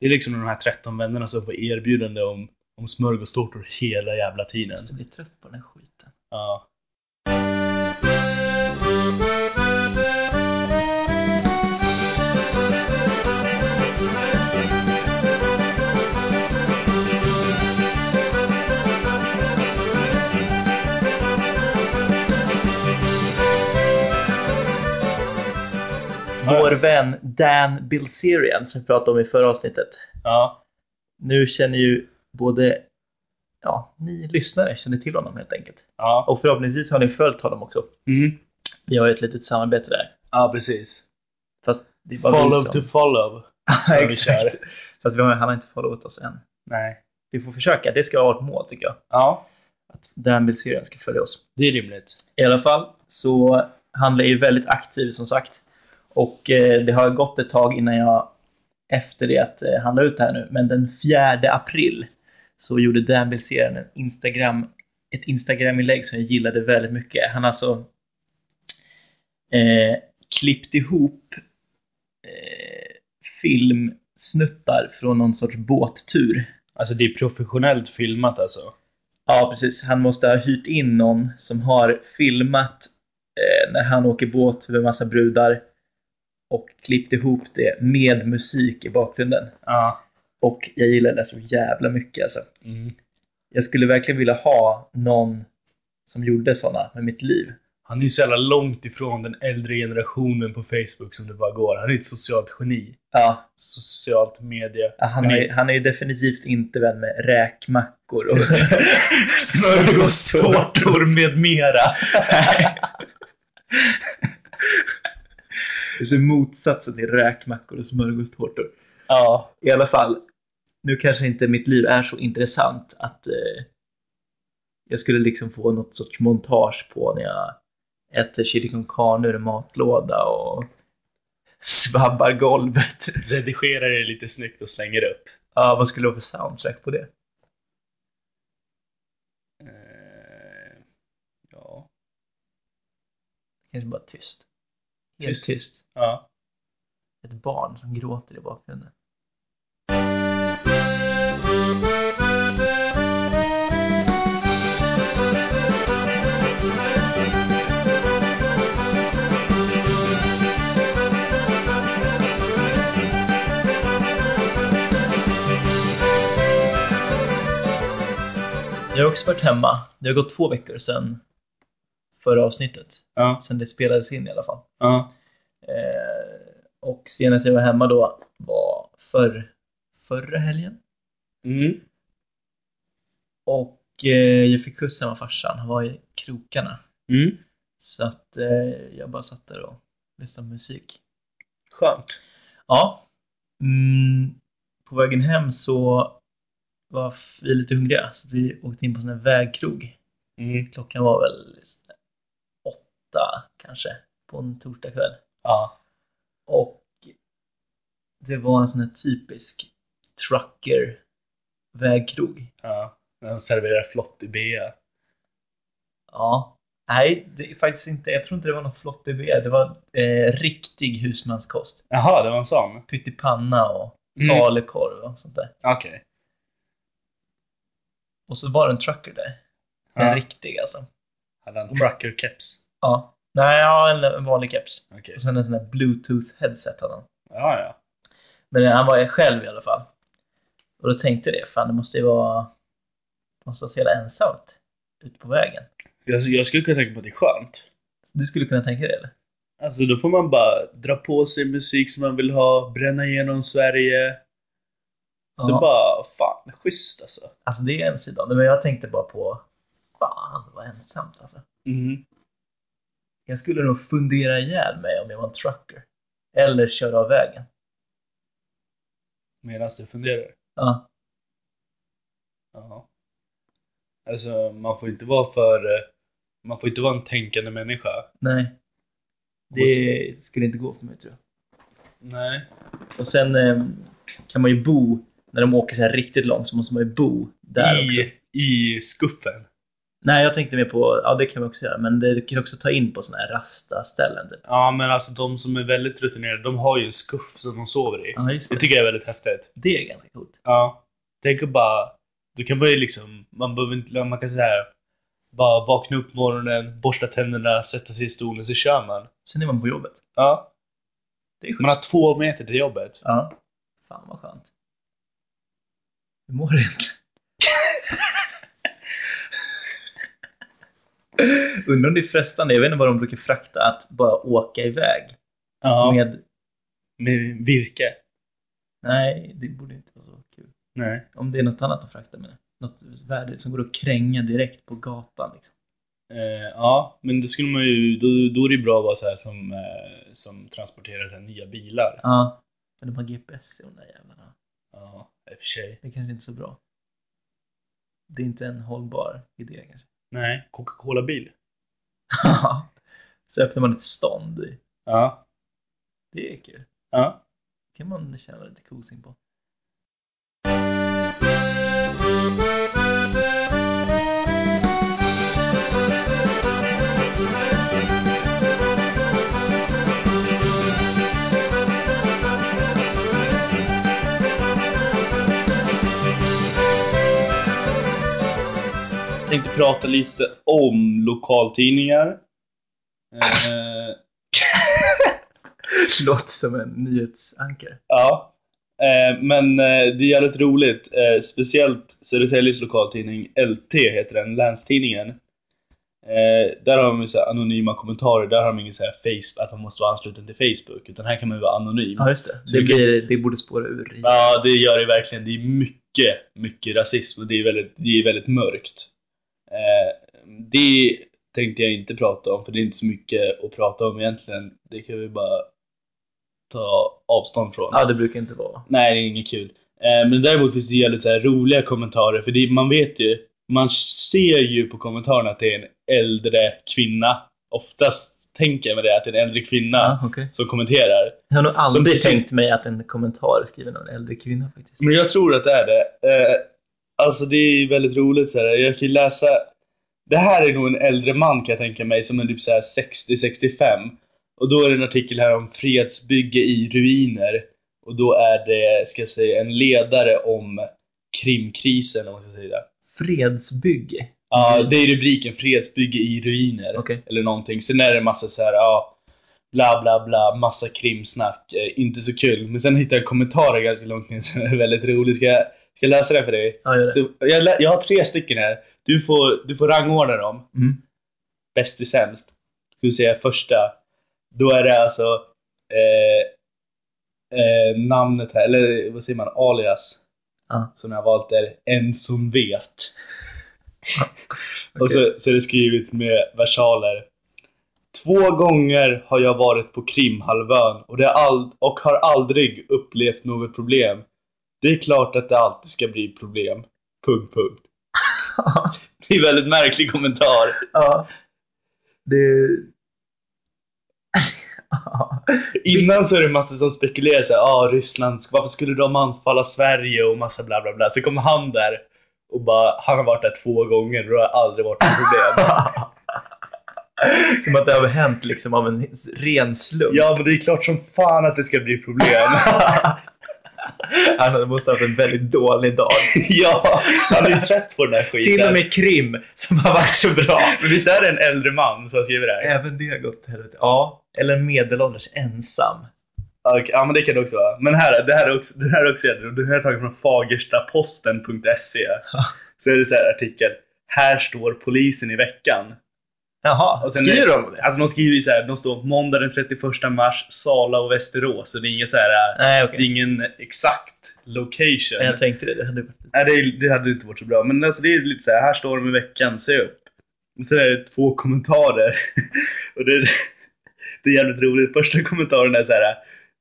B: Det är liksom de här 13 vännerna som får erbjudande om, om smörgåstårtor hela jävla tiden.
A: Jag blir trött på den här skiten.
B: Ja.
A: Vår vän Dan Bilzerian som vi pratade om i förra avsnittet.
B: Ja.
A: Nu känner ju både, ja, ni lyssnare känner till honom helt enkelt.
B: Ja.
A: Och förhoppningsvis har ni följt honom också.
B: Mm.
A: Vi har ju ett litet samarbete där.
B: Ja, precis.
A: Fast det är bara vi
B: Follow
A: som...
B: to follow.
A: Ja,
B: vi
A: Exakt.
B: kör.
A: Fast vi har, han har inte followat oss än.
B: Nej.
A: Vi får försöka. Det ska vara ett mål tycker jag.
B: Ja,
A: Att Dan Bilzerian ska följa oss.
B: det är rimligt.
A: I alla fall så han är ju väldigt aktiv som sagt. Och eh, det har gått ett tag innan jag, efter det att eh, han la ut det här nu, men den 4 april så gjorde Dan Bilzerian en Instagram, ett Instagram-inlägg som jag gillade väldigt mycket. Han har alltså eh, klippt ihop eh, filmsnuttar från någon sorts båttur.
B: Alltså det är professionellt filmat alltså.
A: Ja, precis. Han måste ha hyrt in någon som har filmat eh, när han åker båt med massa brudar och klippt ihop det med musik i bakgrunden.
B: Ja.
A: Och jag gillar det så jävla mycket alltså.
B: Mm.
A: Jag skulle verkligen vilja ha någon som gjorde såna med mitt liv.
B: Han är ju så jävla långt ifrån den äldre generationen på Facebook som det bara går. Han är ett socialt geni.
A: Ja,
B: Socialt media.
A: ja, han, har, ju- han är ju definitivt inte vän med räkmackor och
B: Smörgåstårtor med mera.
C: Det är så motsatsen till räkmackor och smörgåstårtor.
B: Ja.
A: I alla fall, nu kanske inte mitt liv är så intressant att eh, jag skulle liksom få något sorts montage på när jag äter chili con carne ur matlåda och svabbar golvet.
B: Redigerar det lite snyggt och slänger upp.
A: Ja, vad skulle det vara för soundtrack på det?
B: Eh, ja.
A: Kanske bara tyst. Helt
B: Tyst.
A: tyst.
B: ja.
A: Ett barn som gråter i bakgrunden. Jag har också varit hemma. Det har gått två veckor sedan förra avsnittet.
B: Ja.
A: Sen det spelades in i alla fall.
B: Ja.
A: Eh, och senast jag var hemma då var för, förra helgen.
B: Mm.
A: Och eh, jag fick skjuts hem av farsan. Han var i krokarna.
B: Mm.
A: Så att eh, jag bara satt där och lyssnade på musik.
B: Skönt.
A: Ja. Mm, på vägen hem så var vi lite hungriga. Så vi åkte in på en sån här vägkrog.
B: Mm.
A: Klockan var väl sån här åtta kanske. På en torsdagkväll.
B: Ja.
A: Och det var en sån här typisk trucker vägkrog.
B: Ja. När de serverar flott i bea.
A: Ja. Nej, det är faktiskt inte. Jag tror inte det var någon flott DB. Det var eh, riktig husmanskost.
B: Jaha, det var en sån?
A: Pyttipanna och
B: Mm.
A: falukorv och sånt där.
B: Okej.
A: Och så var det en trucker där. En
B: Ja.
A: riktig alltså.
B: Hade han trucker-keps?
A: Ja. Nej, ja, en, en vanlig keps.
B: Okej.
A: Och sen en sån där bluetooth-headset hade han.
B: Ja, ja.
A: Men han var jag själv i alla fall. Och då tänkte jag det, fan det måste ju vara... Det måste vara så jävla ensamt ute på vägen.
B: Jag, jag skulle kunna tänka på att det är skönt.
A: Du skulle kunna tänka dig det? Eller?
B: Alltså då får man bara dra på sig musik som man vill ha, bränna igenom Sverige. Så
A: Ja.
B: bara, fan, schysst alltså.
A: Alltså det är en sida av det, men jag tänkte bara på... Fan, vad ensamt alltså.
B: Mm.
A: Jag skulle nog fundera ihjäl mig om jag var en trucker. Eller köra av vägen.
B: Medan du funderar.
A: Ja.
B: Ja. Alltså man får inte vara för, eh, man får inte vara en tänkande människa.
A: Nej. Det skulle inte gå för mig tror jag.
B: Nej.
A: Och sen eh, kan man ju bo, när de åker så här riktigt långt så måste man ju bo där också.
B: I, I skuffen.
A: Nej, jag tänkte mer på, ja det kan man också göra, men det kan också ta in på såna här rastaställen. Typ.
B: Ja men alltså de som är väldigt rutinerade, de har ju en skuff som de sover i.
A: Ja, just
B: Det
A: det.
B: tycker jag är väldigt häftigt.
A: Det är ganska coolt.
B: Ja. Tänk att bara, då kan man ju liksom, man behöver inte, man kan sådär, bara vakna upp på morgonen, borsta tänderna, sätta sig i stolen, så kör man.
A: Sen är man på jobbet.
B: Ja.
A: Det är sjukt.
B: Man har två meter till jobbet.
A: Ja. Fan vad skönt. Hur mår du egentligen? Undrar om det är frestande, jag vet inte vad de brukar frakta, att bara åka iväg
B: Ja. Med,
A: med...
B: med virke.
A: Nej, det borde inte vara så kul.
B: Nej.
A: Om det är något annat de fraktar med. Något värde som går att kränga direkt på gatan liksom.
B: Eh, ja, men då skulle man ju, då, då är det ju bra att vara så här som, eh, som transporterar så här nya bilar.
A: Ja. Men de har GPS i de där jävlarna.
B: Ja, i och för sig.
A: Det är kanske inte så bra. Det är inte en hållbar idé kanske.
B: Nej, Coca-Cola-bil.
A: så öppnar man ett stånd.
B: Ja.
A: Det är kul.
B: Ja.
A: kan man känna lite kosing på.
B: Jag tänkte prata lite om lokaltidningar. Eh,
A: Låter som en nyhetsanker.
B: Ja. Eh, men eh, det är jävligt roligt. Eh, speciellt Södertäljes lokaltidning LT heter den, Länstidningen. Eh, där har de ju så här anonyma kommentarer. Där har de ingen så här face, att man måste vara ansluten till Facebook. Utan här kan man ju vara anonym.
A: Ja, just det. Det,
B: det kan-
A: blir, det borde spåra ur. i-
B: Ja, det gör det verkligen. Det är mycket, mycket rasism och det är väldigt, det är väldigt mörkt. Eh, det tänkte jag inte prata om, för det är inte så mycket att prata om egentligen. Det kan vi bara ta avstånd från.
A: Ja, det brukar inte vara.
B: Nej, det är inget kul. Eh, Men däremot finns det jävligt så här roliga kommentarer, för det, man vet ju, man ser ju på kommentarerna att det är en äldre kvinna. Oftast tänker jag med det, att det är en äldre kvinna
A: Ja, okej.
B: som kommenterar.
A: Jag har nog aldrig
B: precis-
A: tänkt mig att en kommentar är skriven av en äldre kvinna faktiskt.
B: Men jag tror att det är det. Eh, Alltså det är ju väldigt roligt så här. jag kan ju läsa Det här är nog en äldre man kan jag tänka mig som är typ så här 60-65 Och då är det en artikel här om fredsbygge i ruiner Och då är det, ska jag säga, en ledare om Krimkrisen om man ska säga
A: Fredsbygge.
B: Ja, det är rubriken Fredsbygge i ruiner.
A: Okej.
B: Eller någonting. Sen är det en massa så här, ja, bla bla bla, massa krimsnack. Eh, inte så kul. Men sen hittade jag en kommentar ganska långt ner som är väldigt rolig. Ska jag, ska jag läsa den för dig?
A: Ja, gör det.
B: Så, jag, lä- jag har tre stycken här. Du får, du får rangordna dem.
A: Mm.
B: Bäst till sämst. Ska vi säga första. Då är det alltså eh, eh, namnet här, eller vad säger man, alias.
A: Ja.
B: Som jag har valt är En som vet. Och så, så är det skrivet med versaler. Två gånger har jag varit på Krimhalvön och, det är all- och har aldrig upplevt något problem. Det är klart att det alltid ska bli problem. Punkt, punkt. Det är en väldigt märklig kommentar.
A: Ja. Det...
B: Innan så är det massor som spekulerar såhär, ah, Ryssland, sk- varför skulle de anfalla Sverige och massa bla bla bla. Så kommer han där och bara, han har varit där två gånger och det har aldrig varit något problem.
A: Som att det har hänt liksom av en ren slump.
B: ja, men det är klart som fan att det ska bli problem.
A: Han måste ha haft en väldigt dålig dag.
B: ja, han är ju trött på den här skiten.
A: Till och med krim, som har varit så bra.
B: Men visst är det en äldre man som skriver det här?
A: Även det har gått till helvete. Ja. Eller en medelålders ensam.
B: Ja, okej. Ja, men det kan det också vara. Men här, det här är också, det här är också jävligt- det här är taget från fagerstaposten.se. Så är det så här artikel. Här står polisen i veckan.
A: Jaha,
B: Och sen
A: skriver
B: är-
A: de om det?
B: Alltså de skriver ju så här, de står måndag den 31 mars, Sala och Västerås. Så det är ingen så här,
A: Nej,
B: det är
A: okej.
B: ingen exakt location.
A: Men Jag tänkte det. det hade varit...
B: Nej, det, är- det hade inte varit så bra. Men alltså, det är lite så här, här står de i veckan, se upp. Och sen är det två kommentarer. Och det, det är jävligt roligt. Första kommentaren är så här.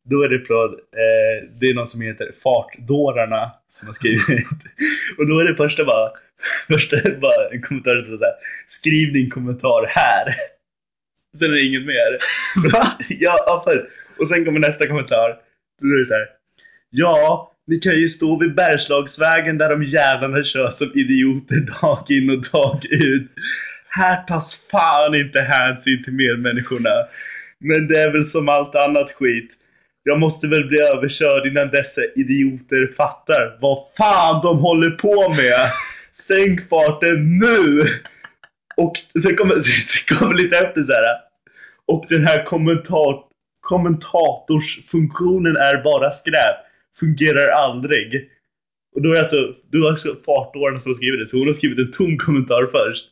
B: Då är det från, eh, det är någon som heter Fartdårarna som har skrivit. Och då är det första bara, första bara en kommentar som är så här. Skriv din kommentar här. Sen är det inget mer. ja, ja, för. Och sen kommer nästa kommentar. Då är det så här. Ja, ni kan ju stå vid Bergslagsvägen där de jävlarna kör som idioter dag in och dag ut. Här tas fan inte hänsyn till medmänniskorna. Men det är väl som allt annat skit. Jag måste väl bli överkörd innan dessa idioter fattar vad fan de håller på med. Sänk farten nu! Och sen kommer, sen kommer lite efter så här. Och den här kommentar, kommentatorsfunktionen är bara skräp. Fungerar aldrig. Och då är alltså, då är alltså fartåren som har skrivit det, så hon har skrivit en tom kommentar först.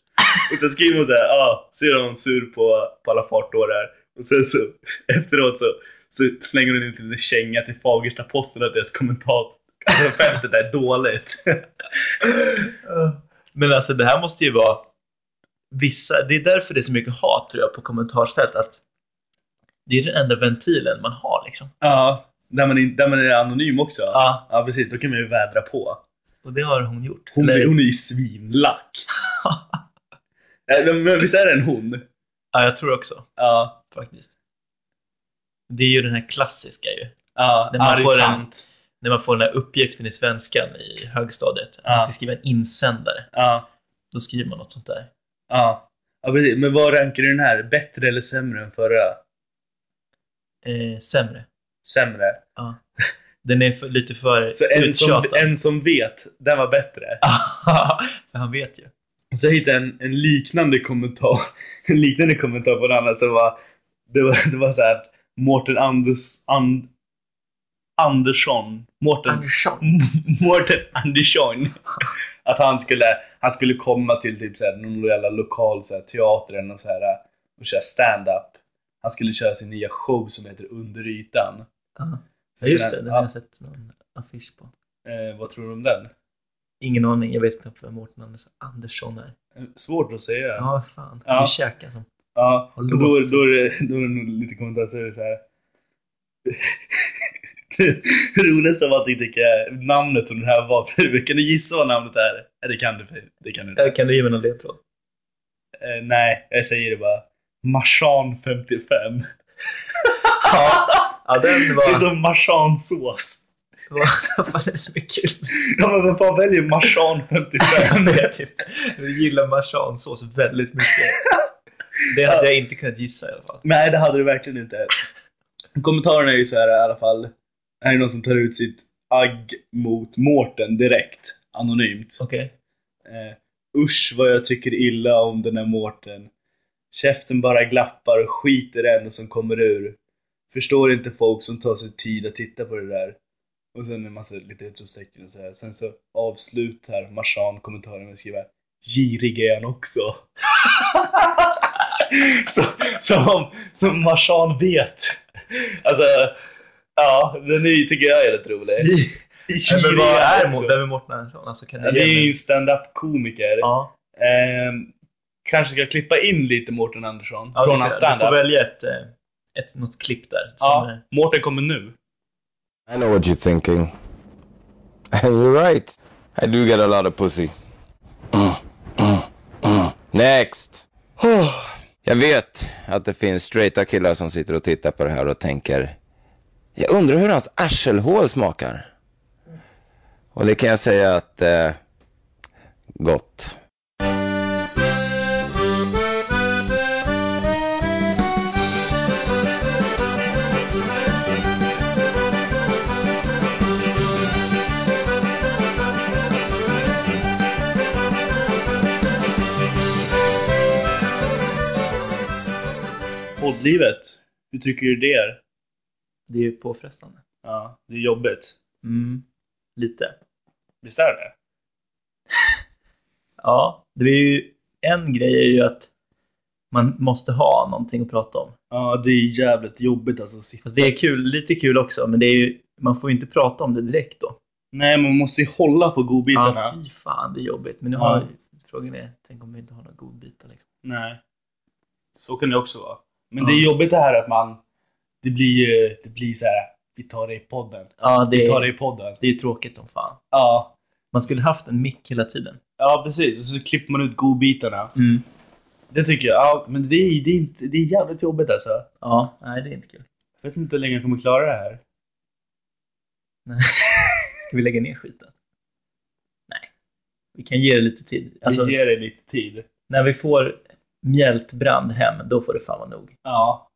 B: Och sen skriver hon så här, ja, så är hon sur på, på alla fartårar. Och sen så efteråt så, så slänger hon in lite liten känga till Fagersta-Posten att deras kommentar, alltså fältet är dåligt.
A: Men alltså det här måste ju vara vissa, det är därför det är så mycket hat tror jag på kommentarsfält att det är den enda ventilen man har liksom.
B: Ja, där man, är- där man är anonym också.
A: Ja.
B: ja, precis. Då kan man ju vädra på.
A: Och det har hon gjort.
B: Hon,
A: Eller-
B: är- hon är ju svinlack. Nej, men, men visst är det en hon?
A: Ja, jag tror också
B: Ja.
A: faktiskt. Det är ju den här klassiska ju.
B: ja
A: När man
B: arg
A: får en-
B: tant.
A: När man får den här uppgiften i svenskan i högstadiet. Att
B: Ja.
A: man ska skriva en insändare.
B: Ja,
A: Då skriver man något sånt där.
B: ja. ja precis. Men vad rankar du den här? Bättre eller sämre än förra?
A: Eh, sämre.
B: Sämre.
A: Den är för, lite för
B: Så en som,
A: uttjatad.
B: en som vet, den var bättre.
A: för han vet ju.
B: Och så hittade jag en, en liknande kommentar. En liknande kommentar på en annan som var... Det var, det var så här att Mårten Anders, And, Andersson. Mårten
A: Andersson.
B: M- Mårten Andersson. Att han skulle, han skulle komma till typ så här, någon jävla lokal så här, teater eller något så här, och köra stand-up. Han skulle köra sin nya show som heter Under ytan.
A: Ja.
B: Så
A: Ja, just
B: skulle
A: det. Den har
B: han-
A: jag sett någon affisch på.
B: ja, eh, vad tror du om den?
A: Ingen aning, jag vet knappt vem Mårten Anders Andersson är.
B: Svårt att säga.
A: Ja, vad fan.
B: Ja.
A: Vi käkar som...
B: Ja,
A: Har
B: och då, då,
A: låst sig.
B: är det, då är det nog lite kommentarer så här. Det roligaste av allting tycker jag är namnet som det här var. Kan du gissa vad namnet är? Nej, det kan du för- Det kan du inte.
A: Kan du ge mig någon ledtråd?
B: Eh, nej, jag säger det bara. Marsan 55.
A: Ja, ja den
B: Det är
A: var...
B: som marsansås.
A: Vad fan är det som är kul?
B: Ja men vem fan väljer marsan 55?
A: Jag vet inte. Jag gillar marsansås väldigt mycket. Det hade jag inte kunnat gissa i alla fall.
B: Nej, det hade du verkligen inte. Kommentarerna är ju så här i alla fall. Här är någon som tar ut sitt agg mot Mårten direkt, anonymt.
A: Okej.
B: Eh, usch vad jag tycker illa om den här Mårten. Käften bara glappar och skiter i enda som kommer ur. Förstår inte folk som tar sig tid att titta på det där. Och sen en massa lite utropstecken och så här. Sen så avslut här, Marsan kommentaren med skriva Girig är han också. så, som, om- som Marsan vet. Alltså, ja, den är, tycker jag är rätt rolig.
A: Nej, men
B: Girig
A: vad
B: han
A: är
B: också.
A: Mo- vem är Mårten Andersson? Alltså, kan
B: Ja,
A: du
B: Det
A: ge
B: är ju
A: mig...
B: en stand-up-komiker.
A: Ja.
B: Ehm, kanske ska klippa in lite Mårten Andersson
A: Ja,
B: från
A: du,
B: hans
A: får- du
B: stand-up.
A: får välja ett, eh, ett, något klipp där. Som,
B: Ja,
A: eh,
B: Mårten kommer nu.
D: I know what you're thinking. And you're right. I do get a lot of pussy. Mm, mm, mm. Next! Oh, Jag vet att det finns straighta killar som sitter och tittar på det här och tänker Jag undrar hur hans arselhål smakar. Och det kan jag säga att... Eh, gott.
B: Poddlivet, hur tycker du det är?
A: det är ju påfrestande.
B: Ja, det är jobbigt.
A: Mm. Lite.
B: Visst är det?
A: Ja, det är ju... En grej är ju att man måste ha någonting att prata om.
B: Ja, det är jävligt jobbigt alltså att sitta...
A: Fast det är kul, lite kul också, men det är ju, man får ju inte prata om det direkt då.
B: Nej, man måste ju hålla på godbitarna.
A: Ja, fy fan, det är jobbigt. Men nu har
B: Ja.
A: frågan är, tänk om vi inte har några godbitar liksom.
B: Nej. Så kan det också vara. Men
A: Ja.
B: det är jobbigt det här att man... Det blir ju... Det blir så här. Vi tar det i podden.
A: Ja, det
B: Vi tar det
A: är,
B: i podden.
A: det är ju tråkigt som fan.
B: Ja.
A: Man skulle haft en mick hela tiden.
B: Ja, precis. Och så klipper man ut godbitarna. Det tycker jag. Ja, men det är, det, är inte, det är jävligt jobbigt alltså.
A: Ja, nej det är inte kul.
B: Jag vet inte hur länge jag kommer klara det här.
A: Ska vi lägga ner skiten? Nej. Vi kan ge det lite tid. Alltså,
B: Vi ger det lite tid.
A: när vi får mjältbrand hem, då får det fan vara nog.
B: Ja.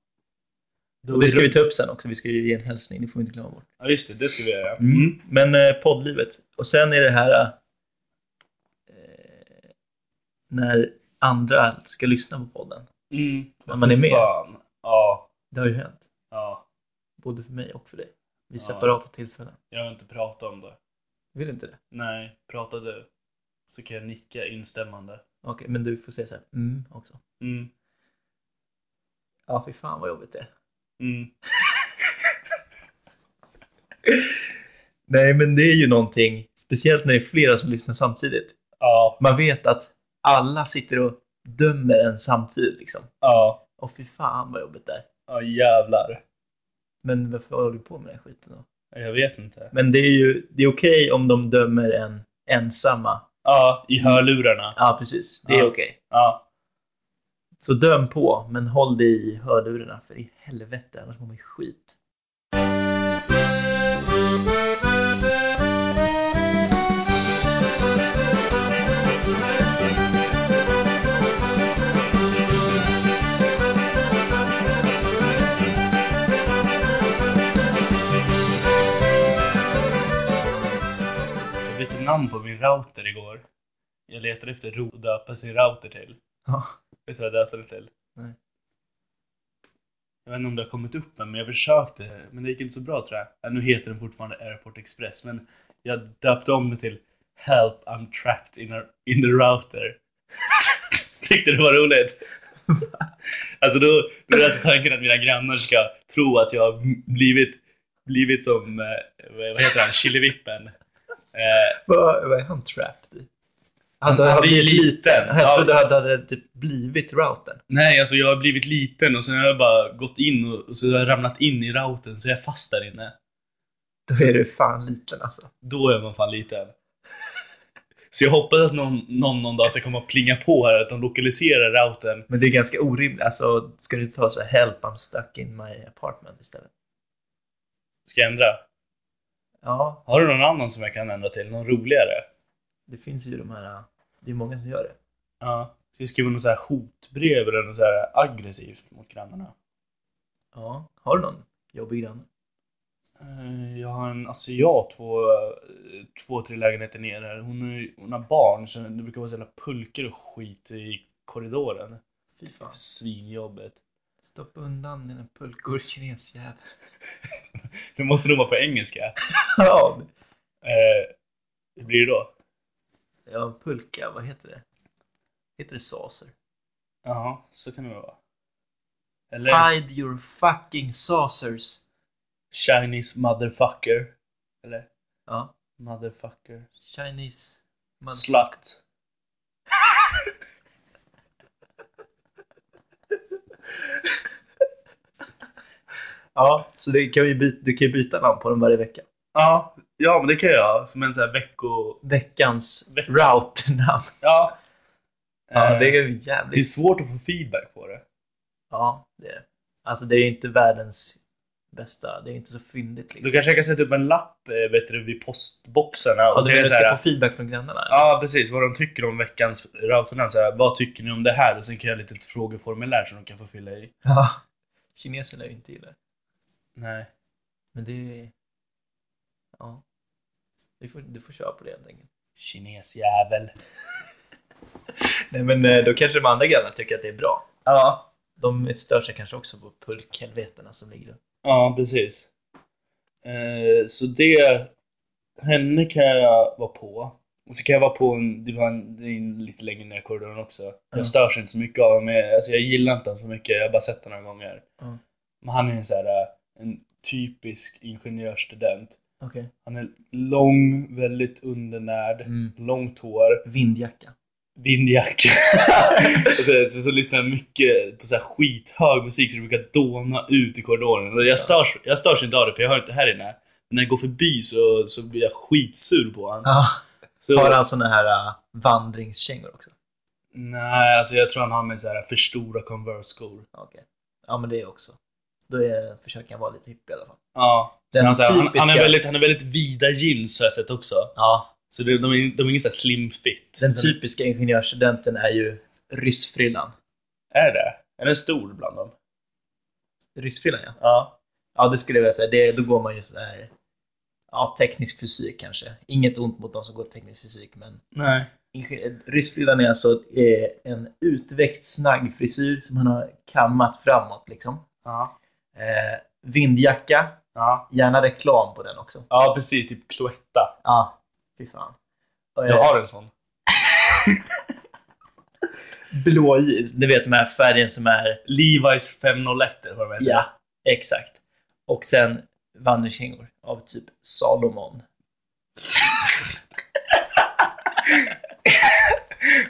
B: Då
A: Och det ska vi ta upp sen också. Vi ska ju ge en hälsning, det får vi inte glömma bort.
B: Ja, just det. Det ska vi göra.
A: Mm. Men eh, poddlivet. Och sen är det här eh, när andra ska lyssna på podden.
B: Mm.
A: När man är med.
B: Fan. Ja.
A: Det har ju hänt.
B: Ja.
A: Både för mig och för dig. Vid
B: Ja.
A: separata tillfällen.
B: Jag vill inte prata om det.
A: Vill du inte det?
B: Nej, prata du. Så kan jag nicka instämmande.
A: Okej, men du får säga så här, mm också.
B: Mm.
A: Ja, fy fan vad jobbigt det är.
B: Mm.
A: Nej, men det är ju någonting, speciellt när det är flera som lyssnar samtidigt.
B: Ja.
A: Man vet att alla sitter och dömer en samtidigt liksom.
B: Ja.
A: Och fy fan vad jobbigt det är.
B: Ja, jävlar.
A: Men varför håller du på med den här skiten då?
B: Jag vet inte.
A: Men det är ju, det är okej om de dömer en ensamma.
B: Ja, i
A: Mm.
B: hörlurarna.
A: Ja, precis. Det är
B: Ja.
A: okej.
B: Ja.
A: Så döm på, men håll dig i hörlurarna för i helvete, annars mår man ju skit.
B: Jag bytte namn på min router igår. Jag letade efter ro att döpa sin router till.
A: Ja.
B: Vet du vad jag döpte den till?
A: Nej.
B: Jag vet inte om det har kommit upp än, men jag försökte. Men det gick inte så bra tror jag. Ja, nu heter den fortfarande Airport Express, men jag döpte om den till Help I'm trapped in, a, in the router. Tyckte det var roligt. alltså då, då är alltså tanken att mina grannar ska tro att jag har blivit, blivit som, eh, vad vad heter han, Killevippen. Eh,
A: Vad, vad är han trapped i? Han, han,
B: han
A: har
B: blir
A: blivit
B: liten.
A: liten.
B: Ja.
A: Jag trodde han hade typ blivit routern.
B: nej, alltså jag har blivit liten och sen har jag bara gått in och, och så har jag ramlat in i routern så jag är fast där inne.
A: Då är du fan liten alltså.
B: Då är man fan liten. Så jag hoppas att någon, någon, någon dag ska komma och plinga på här, att de lokaliserar routern.
A: Men det är ganska orimligt. Alltså, ska du ta så här, help I'm stuck in my apartment istället?
B: Ska jag ändra?
A: Ja,
B: Har du någon annan som jag kan ändra till? Någon roligare?
A: det finns ju de här... Det är många som gör det.
B: Ja. Ska jag skriva något så här hotbrev eller något så här aggressivt mot grannarna?
A: Ja. Har du någon jobbig granne?
B: Eh, Jag har en asiat två, eh, två, tre lägenheter ner här. Hon, är, hon har barn så det brukar vara så jävla pulker och skit i korridoren.
A: Fy fan.
B: Svinjobbet.
A: Stoppa undan dina pulkor, kinesjävel.
B: Det måste nog vara på engelska.
A: ja,
B: Eh, hur blir det då?
A: ja, pulka, vad heter det? Heter det saser?
B: Ja, så kan det vara. Eller
A: Hide your fucking saucers.
B: Chinese motherfucker. Eller
A: Ja.
B: motherfucker.
A: Chinese... Man...
B: Slakt.
A: Ja, så det kan vi byta, du kan ju byta namn på dem varje vecka.
B: Ja, ja men det kan jag. Som en sån här vecko...
A: Veckans
B: Veck-
A: route-namn.
B: Ja.
A: Ja,
B: Eh,
A: det är
B: det är
A: jävligt...
B: svårt att få feedback på det.
A: Ja, det är det. Alltså det är inte världens bästa, det är inte så fyndigt
B: Då
A: liksom.
B: kanske jag kan sätta upp en lapp eh, vet du, vid postboxarna.
A: Ja, du
B: säga
A: menar Alltså, du
B: så
A: ska
B: här,
A: få feedback från grannarna?
B: Ja, precis. Vad de tycker om veckans routerna. Så här, vad tycker ni om det här? Och sen kan jag ha lite frågeformulär som de kan få fylla i.
A: Ja. Kineserna är ju inte gillar.
B: Nej.
A: Men det är... Ja. Du får, du får köra på det helt enkelt.
B: Kinesjävel.
A: Nej men eh, då kanske de andra grannarna tycker att det är bra.
B: Ja.
A: De stör sig kanske också på pulkhelvetena som ligger runt.
B: Ja, precis. Eh, så det... Henne kan jag vara på. Och så kan jag vara på en... Det var en, det är en lite längre ner i korridoren också.
A: Mm.
B: Jag störs inte så mycket av honom. Jag- Alltså, jag gillar inte honom så mycket. Jag har bara sett honom några gånger.
A: Mm.
B: Men han är en så här... eh, En typisk ingenjörsstudent.
A: Okej.
B: Han är lång, väldigt undernärd,
A: Mm.
B: långt hår,
A: Vindjacka.
B: vindjacka. och så, så, så lyssnar jag mycket på så här skithög musik så det brukar dåna ut i korridoren. Och Jag störs, jag störs inte av det för jag hör inte här inne. Men när jag går förbi så, så blir jag skitsur på honom.
A: Ja.
B: Så,
A: Har han såna här äh, vandringskängor också?
B: Nej, alltså jag tror han har med så här för stora Converse-skor.
A: Ja, Okej. Ja, men det också. Då är, försöker han vara lite hipp i alla fall.
B: Ja. Så
A: Den
B: han, så här, han, han, är
A: typiska-
B: väldigt, han är väldigt vida jeans har jag sett också.
A: Ja.
B: Så det, de, är, de är ingen så här slim fit.
A: Den typ- typiska ingenjörsstudenten är ju ryssfrillan.
B: Är det? Är den stor bland dem?
A: Ryssfrillan, ja.
B: Ja.
A: Ja, det skulle jag vilja säga. Det, då går man ju så här... Ja, teknisk fysik kanske. Inget ont mot de som går teknisk fysik, men
B: Nej.
A: ingen- ryssfrillan är alltså eh, en utväxt snaggfrisyr som han har kammat framåt liksom.
B: Ja.
A: Eh, vindjacka,
B: Ja.
A: gärna reklam på den också.
B: Ja, precis. Typ Cloetta.
A: Ja, fy fan. eh,
B: Jag har en sån.
A: blå jeans. Du vet den här färgen som är...
B: Levi's 501 eller vad de heter.
A: Ja, exakt. Och sen vandringskängor av typ Salomon.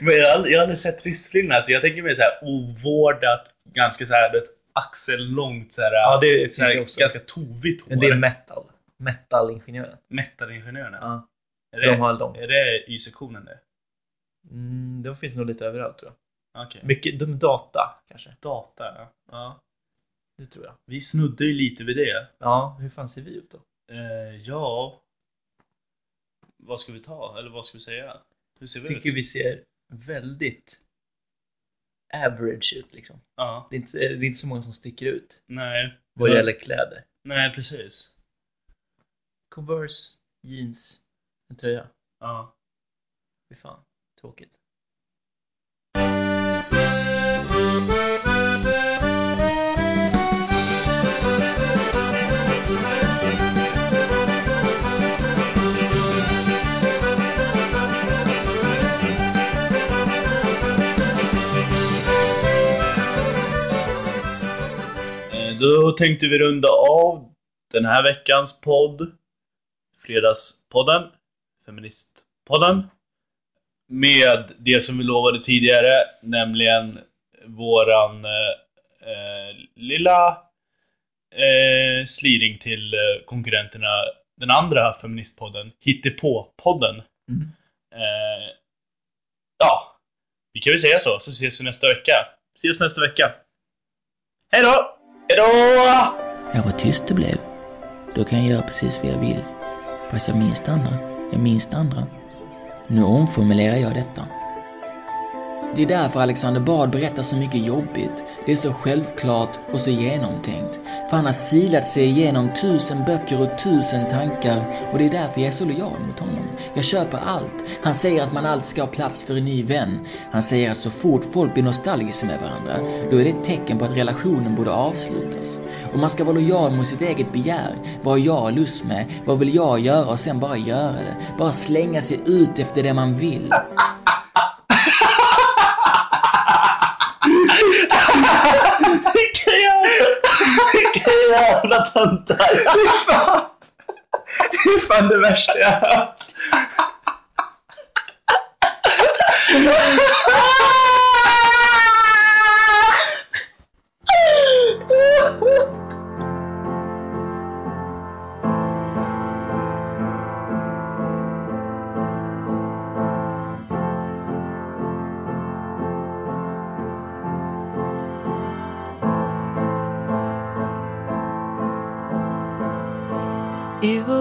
B: Men jag har aldrig, jag har aldrig sett ryssflingorna, så jag tänker mig så här ovårdat, ganska så här, du vet, axellångt så här,
A: det finns
B: så här ganska tovigt hår.
A: Men det är metal. Metalingenjören.
B: metalingenjörerna.
A: Ja.
B: är,
A: De
B: det,
A: har långt.
B: är det Y-sektionen det?
A: Mm, de finns nog lite överallt tror jag.
B: Okej.
A: Mycket, de data kanske.
B: Data, ja. ja.
A: Det tror jag.
B: Vi snuddar ju lite vid det.
A: Ja, hur fan ser vi ut då?
B: Eh, ja... Vad ska vi ta? Eller vad ska vi säga? Hur ser vi
A: Jag
B: ut?
A: tycker vi ser väldigt average ut liksom.
B: Ja.
A: Det är inte, det är inte så många som sticker ut
B: Nej.
A: vad
B: Ja.
A: gäller kläder.
B: Nej, precis.
A: Converse, jeans, en tröja.
B: Ja.
A: Fy fan, tråkigt.
B: Eh, Då tänkte vi runda av den här veckans podd. Fredagspodden. Feministpodden. Med det som vi lovade tidigare, nämligen våran eh, eh, lilla eh, sliring till eh, konkurrenterna. Den andra feministpodden, Hittepå-podden. Eh, ja, vi kan väl säga så, så ses vi nästa vecka. Ses nästa vecka. Hej då! Hej då!
E: Jag var tyst det blev. Då kan jag göra precis vad jag vill. Fast jag minns det andra. Jag minns det andra. Nu omformulerar jag detta. Det är därför Alexander Bard berättar så mycket jobbigt. Det är så självklart och så genomtänkt. För han har silat sig igenom tusen böcker och tusen tankar och det är därför jag är så lojal mot honom. Jag köper allt. Han säger att man alltid ska ha plats för en ny vän. Han säger att så fort folk blir nostalgiska med varandra, då är det ett tecken på att relationen borde avslutas. Och man ska vara lojal mot sitt eget begär. Vad har jag lust med? Vad vill jag göra? Och sen bara göra det. Bara slänga sig ut efter det man vill.
B: Vilka jävla, vilka jävla töntar!
A: Det är fan det värsta jag har hört.
F: You